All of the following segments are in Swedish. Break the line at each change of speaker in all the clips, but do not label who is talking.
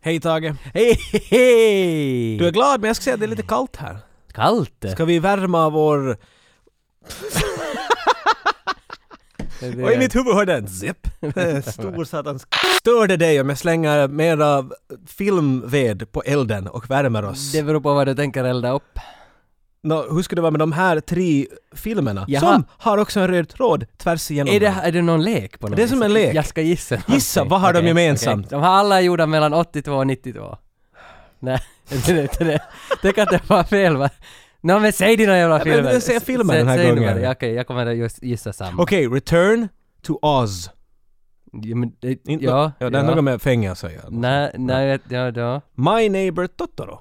Hej Tage!
Hej, hej!
Du är glad men jag ska säga att det är lite kallt här.
kallt.
Ska vi värma vår... Och i mitt huvud hörde jag en zipp. Det är en Stor satans... Stör det dig om jag slänger mera filmved på elden och värmer oss?
Det beror på vad du tänker elda upp.
Nå, hur skulle det vara med de här tre filmerna?
Jaha.
Som har också en röd tråd tvärs igenom.
Är det, är det någon lek på något
Det är som
vis?
en lek.
Jag ska gissa.
Gissa,
någonting.
vad har de
Okej,
gemensamt?
okej. De har alla gjorda mellan 82 och 92. Nej, det, det, det, det kan inte vara fel va? Nå men säg dina jävla
men
filmer.
jag ser filmen
Sä-
den här
säg nu vad
gången.
det är. Okej, jag kommer att just gissa samma.
Okej, Return to Oz.
Ja, men, det,
In-
ja,
ja, det är något med fängelse att göra.
Nej, nej, jag- ja, ja.
My Neighbor Totoro.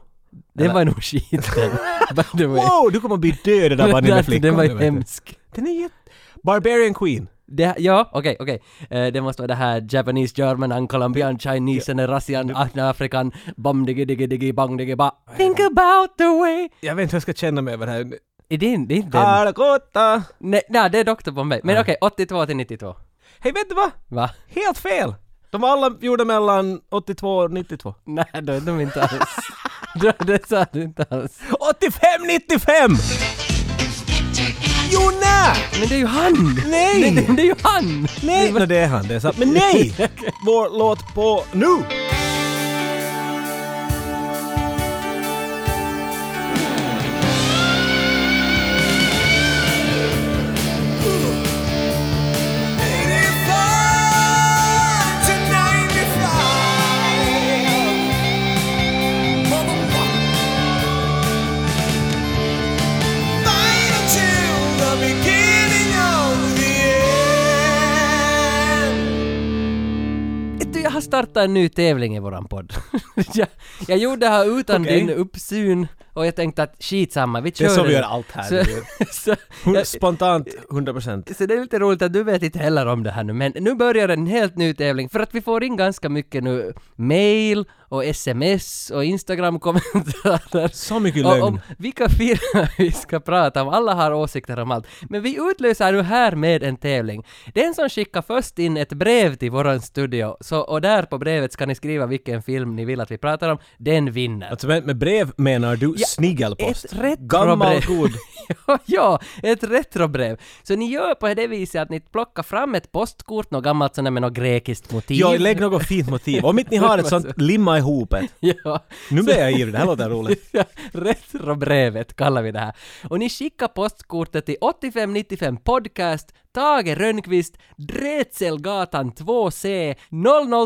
Det var nog skiten. By the way.
Wow, du kommer bli död i den där bandet med flickor.
Den var
det vet du.
hemsk.
Den är jätte... Barbarian Queen.
Det, ja, okej, okej. Eh, det måste vara det här Japanese, German, un Colombian, Chinese, and Russian, African, bam digi digi digi bang digi ba. Think about the way...
Jag vet inte hur jag ska känna mig över det här.
Är det, det är inte den?
Ah. Algota!
Nej, nej, det är Doktor Bombay. Men okej, 82 till 92.
Hej, vet du vad?
Va?
Helt fel! De var alla gjorda mellan 82 och 92.
Nej, då är de inte alls. Då- det sa du inte alls.
85, 95! Jo, nej!
Men det är ju han!
Nej!
Det, det, det är ju han!
Nej! Nå, det är han, det är sant. Men nej! Vår låt på nu!
Du, jag har startat en ny tävling i våran podd. jag, jag gjorde det här utan
Okej.
din uppsyn och jag tänkte att skitsamma, vi
Det
kör
är så vi
nu.
gör allt här.
Så,
det är ju-
så,
Hund-
jag,
Spontant 100%.
så det är lite roligt att du vet inte heller om det här nu, men nu börjar en helt ny tävling för att vi får in ganska mycket nu mail och sms och Instagram-kommentarer.
Så mycket
Och om
lögn.
vilka filmer vi ska prata om, alla har åsikter om allt. Men vi utlöser nu här med en tävling. Den som skickar först in ett brev till våran studio, så, och där på brevet ska ni skriva vilken film ni vill att vi pratar om, den vinner.
Alltså med med brev menar du snigelpost?
ett rätt bra
Gammal
brev.
god.
Ja, ja, ett retrobrev. Så ni gör på det viset att ni plockar fram ett postkort, något gammalt sånt där med något grekiskt motiv.
Ja, lägg något fint motiv. Om inte ni har ett sånt, limma ihop ett.
Ja.
Nu blir jag ivrig, det här låter roligt.
Retrobrevet kallar vi det här. Och ni skickar postkortet till 8595 Podcast, Tage Rönnqvist, Drätselgatan 2C,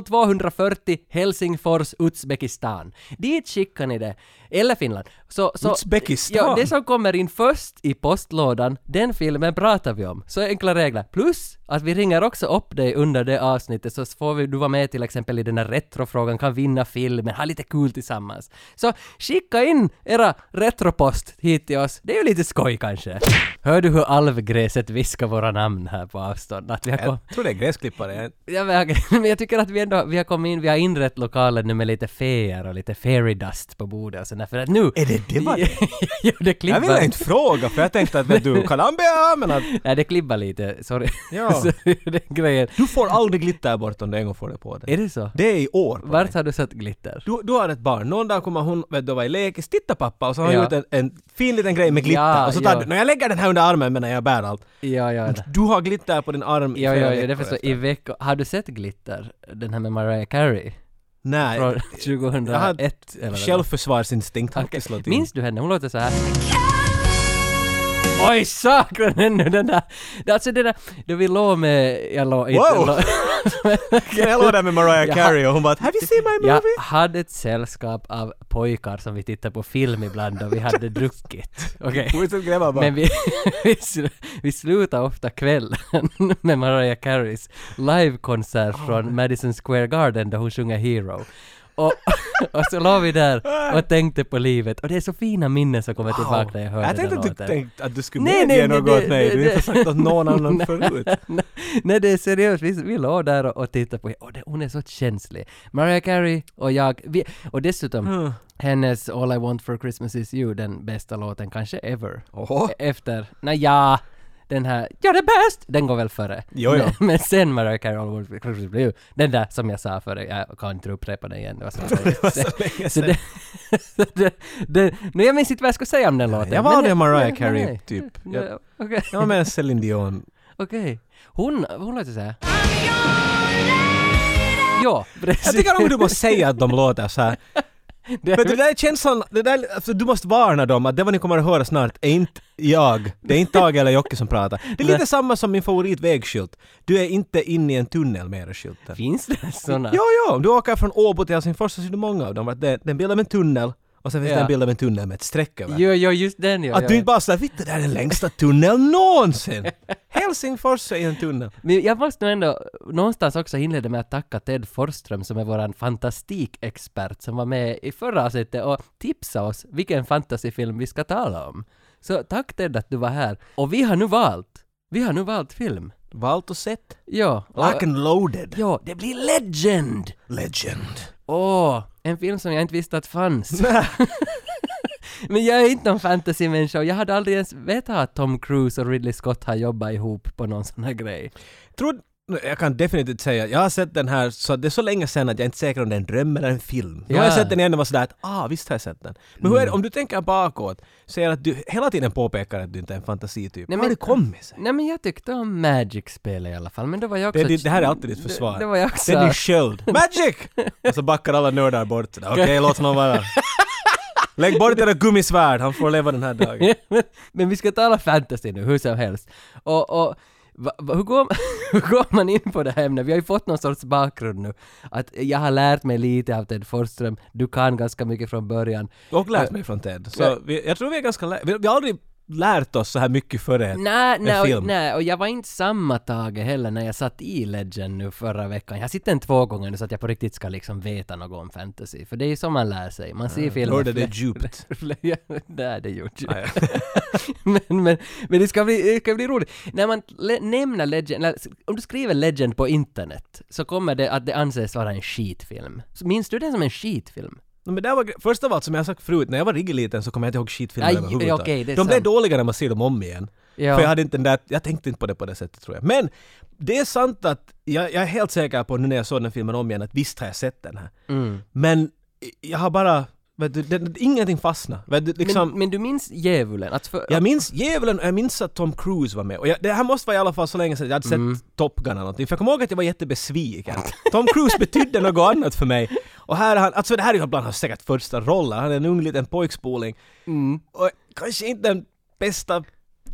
00240 Helsingfors, Uzbekistan. Dit skickar ni det. Eller Finland. Så, så,
Uzbekistan?
Ja, det som kommer in först i postlådan, den filmen pratar vi om. Så enkla regler. Plus att vi ringer också upp dig under det avsnittet så får vi, du vara med till exempel i den här retrofrågan, kan vinna filmen, ha lite kul tillsammans. Så skicka in era retropost hit till oss. Det är ju lite skoj kanske. Hör du hur alvgräset viskar våra namn här på avstånd? Att vi har kom-
Jag tror det är gräsklippare.
Ja, men okej. men jag tycker att vi ändå, vi har kommit in, vi har inrett lokalen nu med lite feer och lite fairy dust på bordet och sådär för att nu...
Är det det vad det är?
jo, det klibbar.
Jag ville inte fråga för jag tänkte att vet du, Colombia, men att
Nej, det klibbar lite, sorry.
Ja.
Så, den grejen.
du får aldrig glitter bort om du en gång får det på dig.
Är det så?
Det är i år. på dig.
Vart har du satt glitter?
Du, du har ett barn, någon dag kommer hon vet du, vara i lekis, titta pappa och så har hon
Ja.
gjort en, en fin liten grej med glitter
Ja,
och så tar
ja.
du, när jag lägger den här under armen medan jag bär allt.
Ja, ja. det-
Du har glitter på din arm i
Ja,
flera
ja, ja,
veckor
det förstår
efter.
I veckor. Har du sett Glitter? Den här med Mariah Carey?
Nej,
Från 2001 eller vad det var.
självförsvarsinstinkt har
Okej.
inte slått in.
Minns du henne? Hon låter så här. Oj, saknar den nu den där. det är Alltså den där, då vi låg med, jag låg inte...
Wow!
låg-
Jag låg där med Mariah Carey och hon bara “Have you seen my movie?”
Jag hade ett sällskap av pojkar som vi tittade på film ibland och vi hade druckit. Okej.
Fortsätt typ gräva bara.
Men vi, vi, sl- vi slutar ofta kvällen med Mariah Careys livekonsert
Ah.
från Madison Square Garden där hon sjunger Hero. Och, och så låg vi där och tänkte på livet och det är så fina minnen som kommer tillbaka när typ jag hör
Ah. jag
den
tänkte
här
att du,
låten.
tänkte att du skulle
Nej,
medge
nej, nej,
något
det-
åt mig, du har
det-
inte sagt åt någon annan
Nej.
förut.
Nej det är seriöst, vi, vi låg där och, och tittade på och det, hon är så känslig. Mariah Carey och jag, vi, och dessutom
Mm.
hennes All I want for Christmas is you, den bästa låten kanske ever.
Oho.
E- Efter, naja, den här ”You're the best!” den går väl före.
Jo, jo.
Men, men sen Mariah Carey All World Blues, den där som jag sa före, jag kan inte upprepa den igen. Det var så
Det var
länge sedan.
så länge
Så
sedan.
det, det, det, nu jag minns inte vad jag skulle säga om den låten.
Jag var
Men
det Mariah
nej,
Carey,
nej.
typ.
Nej,
Jag-
Okej.
Jag var med Céline Dion.
Okej. Hon, hon låter så här. Ja, precis.
Jag tycker om du måste säga att de låter så här.
Det-
Men det där är känslan, det där, alltså, du måste varna dem att det vad ni kommer att höra snart är inte jag. Det är inte Tage eller Jocke som pratar. Det är lite samma som min favorit vägskylt. Du är inte inne i en tunnel med era skylten.
Finns det såna?
Jo, jo, om du åker från Åbo till Helsingfors så ser du många av dem. Att det det är en bild av en tunnel och sen finns det
Ja.
en bild av en tunnel med ett streck över.
Jo, jo, just den ja.
Att
ja,
du
ja.
inte bara sådär, vitt det där är den längsta tunneln någonsin! Helsingfors är en tunnel.
Men jag måste nog ändå någonstans också inleda med att tacka Ted Forsström som är våran fantastikexpert som var med i förra avsnittet och tipsade oss vilken fantasyfilm vi ska tala om. Så tack Ted att du var här. Och vi har nu valt, vi har nu valt film.
Valt och sett.
Ja. och-
Lock and loaded.
Ja, det blir Legend!
Legend.
Åh, en film som jag inte visste att fanns. Men jag är inte någon fantasymänniska och jag hade aldrig ens vetat att Tom Cruise och Ridley Scott har jobbat ihop på någon sån här grej.
Tror, jag kan definitivt säga, jag har sett den här, så det är så länge sedan att jag inte är säker om det är en dröm eller en film. Nu har jag
Ja. Mm.
sett den igen och var sådär att ah, visst har jag sett den. Men hur är det, om du tänker bakåt, säger att du hela tiden påpekar att du inte är en fantasityp.
Nej,
Hur har
men-
det kommit sig?
Nej men jag tyckte om Magic-spelet i alla fall, men då var jag
Det,
också...
är ditt- det här är alltid ditt försvar.
Det, det var jag också...
Det är din sköld. Magic! Och så backar alla nördar bort. sådär. Okej, låt honom vara. Lägg bort era gummisvärd, han får leva den här dagen.
men vi ska tala fantasy nu, hur som helst. Och, och va, va, hur, går, hur går man in på det här ämnet? Vi har ju fått någon sorts bakgrund nu. Att jag har lärt mig lite av Ted Forsström, du kan ganska mycket från början.
Och
Eh,
lärt mig från Ted. Så vi, jag tror vi är ganska lä- vi, vi har aldrig lärt oss så här mycket före.
Nej, nej, och,
film.
nej, och jag var inte samma Tage heller när jag satt i Legend nu förra veckan. Jag har sett den två gånger nu så att jag på riktigt ska liksom veta något om fantasy. För det är ju så man lär sig. Man ser filmer...
Hörde det djupt.
Ja, Nej, det gjorde jag.
Nej.
men, men, men det ska bli, det ska bli roligt. När man le- nämner Legend, eller, s- om du skriver Legend på internet så kommer det att det anses vara en skitfilm. Så minns du den som en skitfilm?
No, men det var, gre- först av allt, som jag sagt förut, när jag var riktigt liten så kom jag inte ihåg skitfilmer
Aj,
överhuvudtaget.
okej, det är
de blev
sant.
dåliga när man ser dem om igen.
Ja.
För jag hade inte den där, jag tänkte inte på det på det sättet tror jag. Men det är sant att, jag, jag är helt säker på nu när jag såg den filmen om igen att visst har jag sett den här.
Mm.
Men jag har bara, vet du, den, ingenting fastnade. Vet du, liksom,
men, men du minns djävulen? Att för,
jag minns djävulen och jag minns att Tom Cruise var med. Och jag, det här måste vara i alla fall så länge sedan jag hade sett
Mm.
Top Gun eller någonting. För jag kommer ihåg att jag var jättebesviken. Tom Cruise betydde något annat för mig. Och här är han, alltså det här är ju bland hans säkert första roller. Han är en ung liten pojkspoling.
Mm.
Och kanske inte den bästa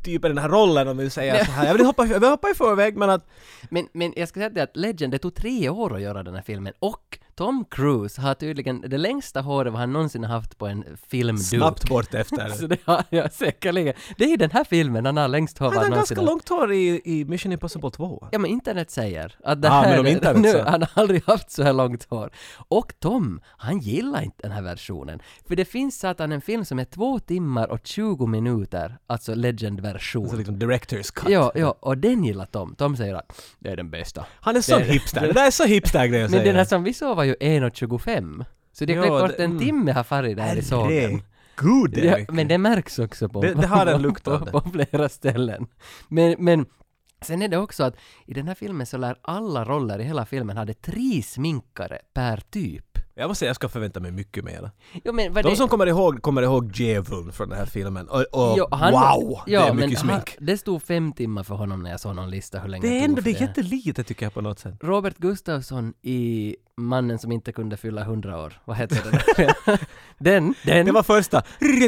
typen i den här rollen om vi säger så här. Jag vill hoppa, jag vill hoppa i förväg men att
Men, men jag ska säga det att Legend, det tog tre år att göra den här filmen och Tom Cruise har tydligen det längsta håret vad han någonsin har haft på en filmduk.
snabbt bort efter.
Så Alltså, det har jag säkerligen. Det är ju den här filmen han har längst hår
Han
vad
har
han
ganska
någonsin har.
långt hår i, i Mission Impossible 2.
Ja men internet säger att det
Ah,
här
men om
är-
internet
nu,
så.
han har aldrig haft så här långt hår. Och Tom, han gillar inte den här versionen. För det finns satan en film som är två timmar och 20 minuter, alltså Legend-version.
Alltså liksom director's cut.
ja, ja, och den gillar Tom. Tom säger att det är den bästa.
Han är sån
Det-
hipster. Det där är så hipster-grej att
Men den
säga.
här som vi såg var ju 1.25. Så det
Ja,
har klippt bort
det-
en
mm.
timme har farit där i sågen.
Herregud, det är
Ja,
mycket.
men det märks också på,
Det- det har en
på-
lukt av det.
på, på flera ställen. Men, men sen är det också att i den här filmen så lär alla roller i hela filmen hade tre sminkare per typ.
Jag måste säga, jag ska förvänta mig mycket mer.
Jo, men vad
De
det-
som kommer ihåg, kommer ihåg Djävulen från den här filmen. Och, och
Jo, han-
wow! det är
men
mycket
han-
smink.
det stod fem timmar för honom när jag såg någon lista hur länge
det är
tog
ändå,
för
det är jättelite tycker jag på något sätt.
Robert Gustafsson i Mannen som inte kunde fylla 100 år. Vad heter den? där? den, den.
Det var första.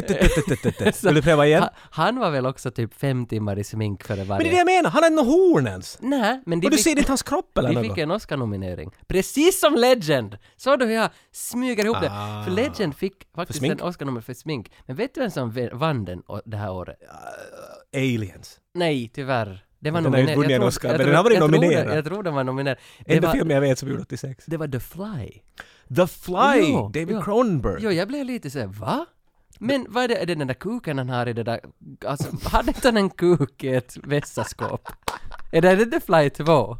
Vill du pröva igen?
Ha- han var väl också typ fem timmar i smink före varje...
Men det är det jag menar, han har inte något horn ens!
Nej, men de
Och du
fick-
ser inte hans kropp eller
Vi fick
något?
en Oscar-nominering. Precis som Legend! Så du hur jag smyger ihop det?
Ah.
För Legend fick faktiskt
smink?
en Oscar-nominering för smink. Men vet du vem som ve- vann den å- det här året?
Aliens.
Nej, tyvärr. Det var
Den har ju
nominerad.
vunnit en
tror-
Oscar,
jag
men
tror-
den har varit
jag tror den-
nominerad.
Jag tror den var nominerad. Det
Enda
var,
filmen jag vet som gjorde 86.
det var The Fly.
The Fly!
Jo,
David
jo.
Cronenberg.
Jo, jag blev lite såhär, va? Men vad är det, är det den där kuken han har i det där, alltså hade inte han en kuk i ett vässaskåp? är det, är det The Fly 2?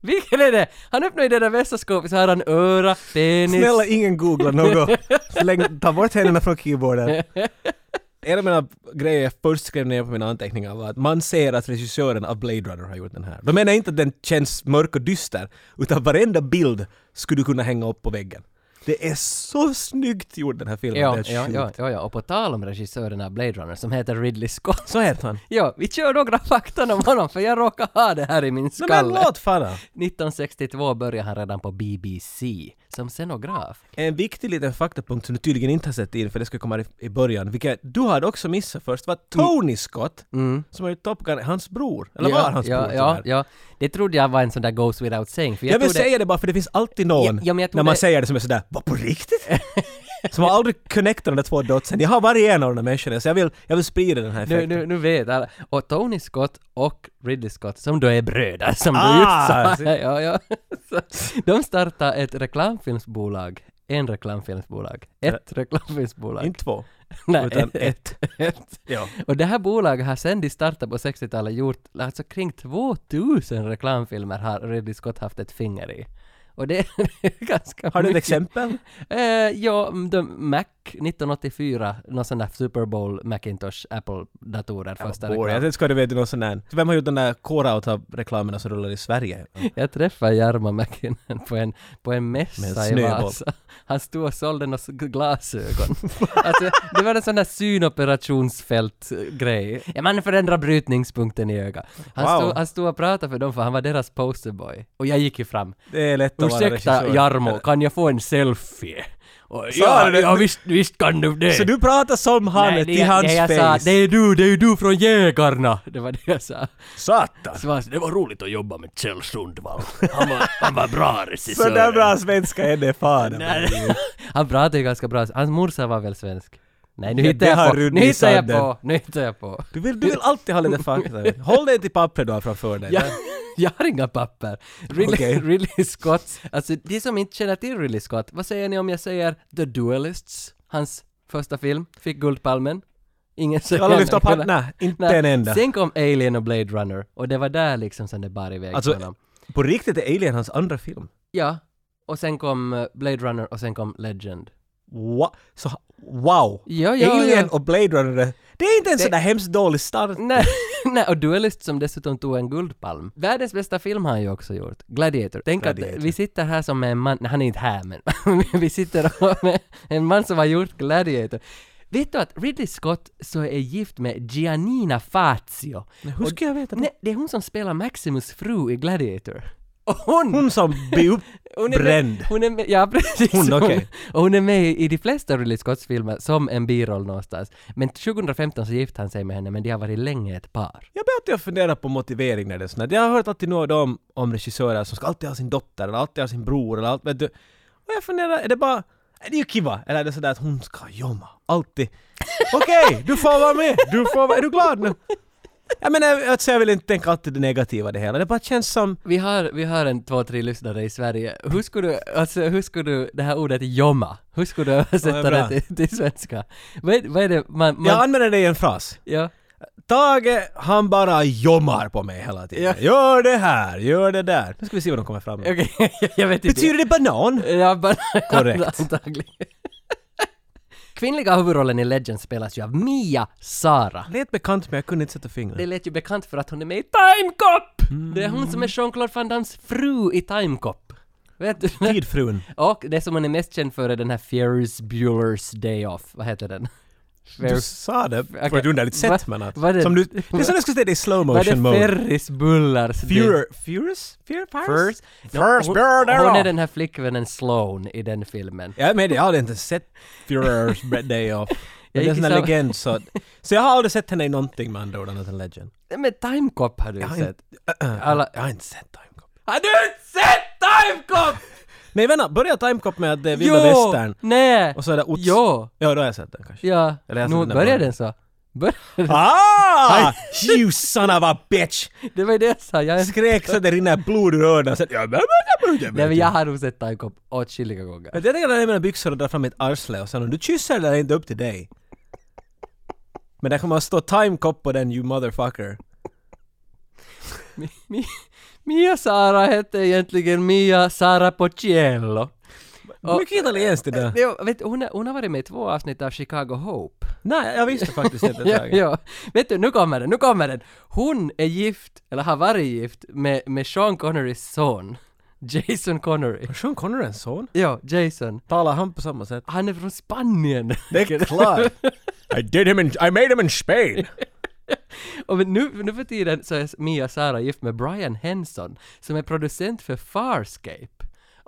Vilken är det? Han öppnar ju det där vässaskåpet så har han öra, penis,
Snälla ingen googla något. Släng, ta bort händerna från keyboarden. en av mina grejer jag först skrev ner på mina anteckningar var att man ser att regissören av Blade Runner har gjort den här. Då menar jag inte att den känns mörk och dyster, utan varenda bild skulle du kunna hänga upp på väggen. Det är så snyggt gjort den här filmen,
Ja,
det är
ja,
sjukt.
ja, ja, ja, och på tal om regissören av Blade Runner som heter Ridley Scott.
Så heter han.
Ja, vi kör några fakta om honom för jag råkar ha det här i min
Nej men
skalle.
låt fara!
1962 började han redan på BBC som scenograf.
En viktig liten faktapunkt som du tydligen inte har sett in för det ska komma i, i början, vilket du hade också missat först, var Tony Scott, som har gjort Top Gun, hans bror. Eller var hans
Mm. ja,
bror
ja,
tyvärr.
ja, det trodde jag var en sån där goes without saying. För jag
Jag, vill
trodde-
säga det bara för det finns alltid någon
Ja, ja, men jag tror
när man
det-
säger det som är sådär ”Vad på riktigt?” Som har aldrig connectat de där två dotsen. Jag har varje en av de där människorna så jag vill, jag vill sprida den här
Nu,
effekten.
nu, nu vet alla. Och Tony Scott och Ridley Scott, som då är bröder, som du
Ah!
just sa. Ja, ja. Så, de startade ett reklamfilmsbolag. En reklamfilmsbolag. Ett reklamfilmsbolag.
Inte två,
Nej,
utan
ett-
ett.
ett.
Ja.
Och det här bolaget har sen de startade på 60-talet gjort, alltså kring 2000 reklamfilmer har Ridley Scott haft ett finger i. Och det är ganska
Har du ett
mycket.
exempel?
Eh, ja, mm, de, Mac 1984, någon sån där Super Bowl Macintosh Apple-datorer första
Boy,
reklam.
jag ska du veta någon sån där. Vem har gjort den där core av reklamerna som rullar i Sverige?
Jag träffade Jarmo Mäkinen på en, på en
Med en
mässa i
snöboll.
Vasa. Han stod och sålde några s- glasögon. alltså, det var en sån där synoperationsfält-grej. Ja, man förändrar brytningspunkten i ögat. Han,
Wow.
stod, han stod och pratade för dem för han var deras posterboy. Och jag gick ju fram.
Det är lätt att vara
Ursäkta
regissör.
Jarmo, kan jag få en selfie? Och,
Sa
ja,
du det?
ja visst, visst kan du det.
Så du pratar som han
Nej, det-
till hans
nej, jag sa,
face?
det är du, det är du från Jägarna! Det var det jag sa.
Satan!
Svans, det var roligt att jobba med Kjell Sundvall. Han var, han var bra regissör.
Så där bra svenska är det fan.
Nej, Han pratade ju ganska bra. Hans morsa var väl svensk? Nej, nu
Ja,
hittar
det
jag
har
på.
du
Nu hittar jag
missat
på. Nu hittar jag på.
Du vill, du vill alltid ha lite fakta. Håll dig till papper du har framför dig.
Jag, jag har inga papper. Ridley,
Okej.
Ridley Scott. Alltså, de som inte känner till Ridley Scott, vad säger ni om jag säger The Duelists? Hans första film, fick Guldpalmen. Ingen säger
Alla lyfter upp
något.
handen. Nej, inte en enda.
Sen kom Alien och Blade Runner och det var där liksom som det bar iväg
Alltså-
honom.
På riktigt är Alien hans andra film.
Ja, och sen kom eh, Blade Runner och sen kom Legend.
Wow! Så, wow.
Ja, ja,
Alien
ja.
och Blade Runner, är- det är inte en
Det-
sån där hemskt dålig start.
Nej, nej, och Duelist som dessutom tog en Guldpalm. Världens bästa film har han ju också gjort, Gladiator. Tänk
Gladiator.
att vi sitter här som en man, nej, han är inte här men, vi sitter och- med en man som har gjort Gladiator. Vet du att Ridley Scott så är gift med Giannina Fazio?
Hur ska jag veta det?
Nej, det är hon som spelar Maximus fru i Gladiator. Och hon!
Hon som blir uppbränd.
Med, hon är med, ja precis.
Hon, okej.
och hon är med i de flesta Ridley Scotts filmer som en biroll någonstans. Men 2015 så gifte han sig med henne, men de har varit länge ett par.
Jag ber att jag funderar på motivering när det är sånt här. Jag har hört alltid något om, om regissörer som ska alltid ha sin dotter eller alltid ha sin bror eller allt, vet du. Och jag funderar, är det bara... Är det ju kiva? Eller är det sådär att hon ska jobba? Alltid. Okej, du får vara med! Du får vara... Är du glad nu? Jag menar, jag, jag vill inte tänka alltid det negativa i det hela. Det bara känns som...
Vi har, vi har en två, tre lyssnare i Sverige. Hur skulle du, alltså hur skulle du, det här ordet jomma, hur skulle du översätta
bra.
det till, till svenska? Vad är, vad är det man, man
Jag använder det i en fras.
ja.
Tage, han bara jommar på mig hela tiden.
Ja.
Gör det här, gör det där. Nu ska vi se vad de kommer fram med.
okej, jag vet inte.
Betyder det banan?
Ja, bara
Korrekt.
antagligen. Kvinnliga huvudrollen i Legend spelas ju av Mia Sara.
Lät bekant men jag kunde inte sätta fingret.
Det lät ju bekant för att hon är med i Time Cop! Det är hon som är Jean-Claude Van Dammes fru i Time Cop. Vet du?
Tidfrun.
Och det som hon är mest känd för är den här Ferris Bueller's Day Off. Vad heter den?
Du
Ferris...
sa det på
Okej.
ett underligt
Va-
sätt men att...
vad är det-
Som du, det är som när du skulle säga det i slow
Vad är
motion
det
mode.
Ferris Bueller's Day?
Furor... Furious? Fear? Fires?
Ferris?
Ferris
hon,
Bueller Day
hon är
Off.
den här flickvännen Sloan i den filmen.
Jag är med dig, jag har inte sett Furors Day Off. Men det är en
gick i
sån där
sam-
legend så... Så jag har aldrig sett henne i någonting med andra ord annat än legend.
Nej, Men Time Cop har du ju
har
sett.
inte-
Alla-
Jag har inte sett Time Cop.
Har du inte sett Time Cop?
Nej vänta, börjar Time Cop med att det är vilda västern?
Nej!
Och så är det Ots...
Jo!
Ja, då har jag sett den kanske.
Ja.
Eller jag har sett
Nu
den där
börjar
början.
den så. Börjar den?
Ah! You son of a bitch!
Det var ju det jag sa. Jag är en
Skrek så det rinner blod ur öronen och sen... Ja, men- men- men-
Nej
men-
men jag har nog sett Timecop åtskilliga gånger.
Jag tänker dra ner mina byxor och dra fram mitt arsle och sen om du kysser det är inte upp till dig. Men där kommer att stå time cop på den you motherfucker.
Mi- Mi- Mia Sara hette egentligen Mia Sara Pociello. Och-
Mycket italienskt det där.
Jo, vet, hon, är- hon har varit med i två avsnitt av Chicago Hope.
Nej, jag visste faktiskt inte det
Ja,
där.
ja. Vet du, nu kommer den, nu kommer den. Hon är gift, eller har varit gift, med, med Sean Connerys son. Jason Connery.
Har Sean Connery en son?
Ja, Jason.
Talar han på samma sätt?
Han är från Spanien.
Det är klart! I did him in... I made him in Spain!
Och men nu, nu för tiden så är Mia Sara gift med Brian Henson, som är producent för Farscape.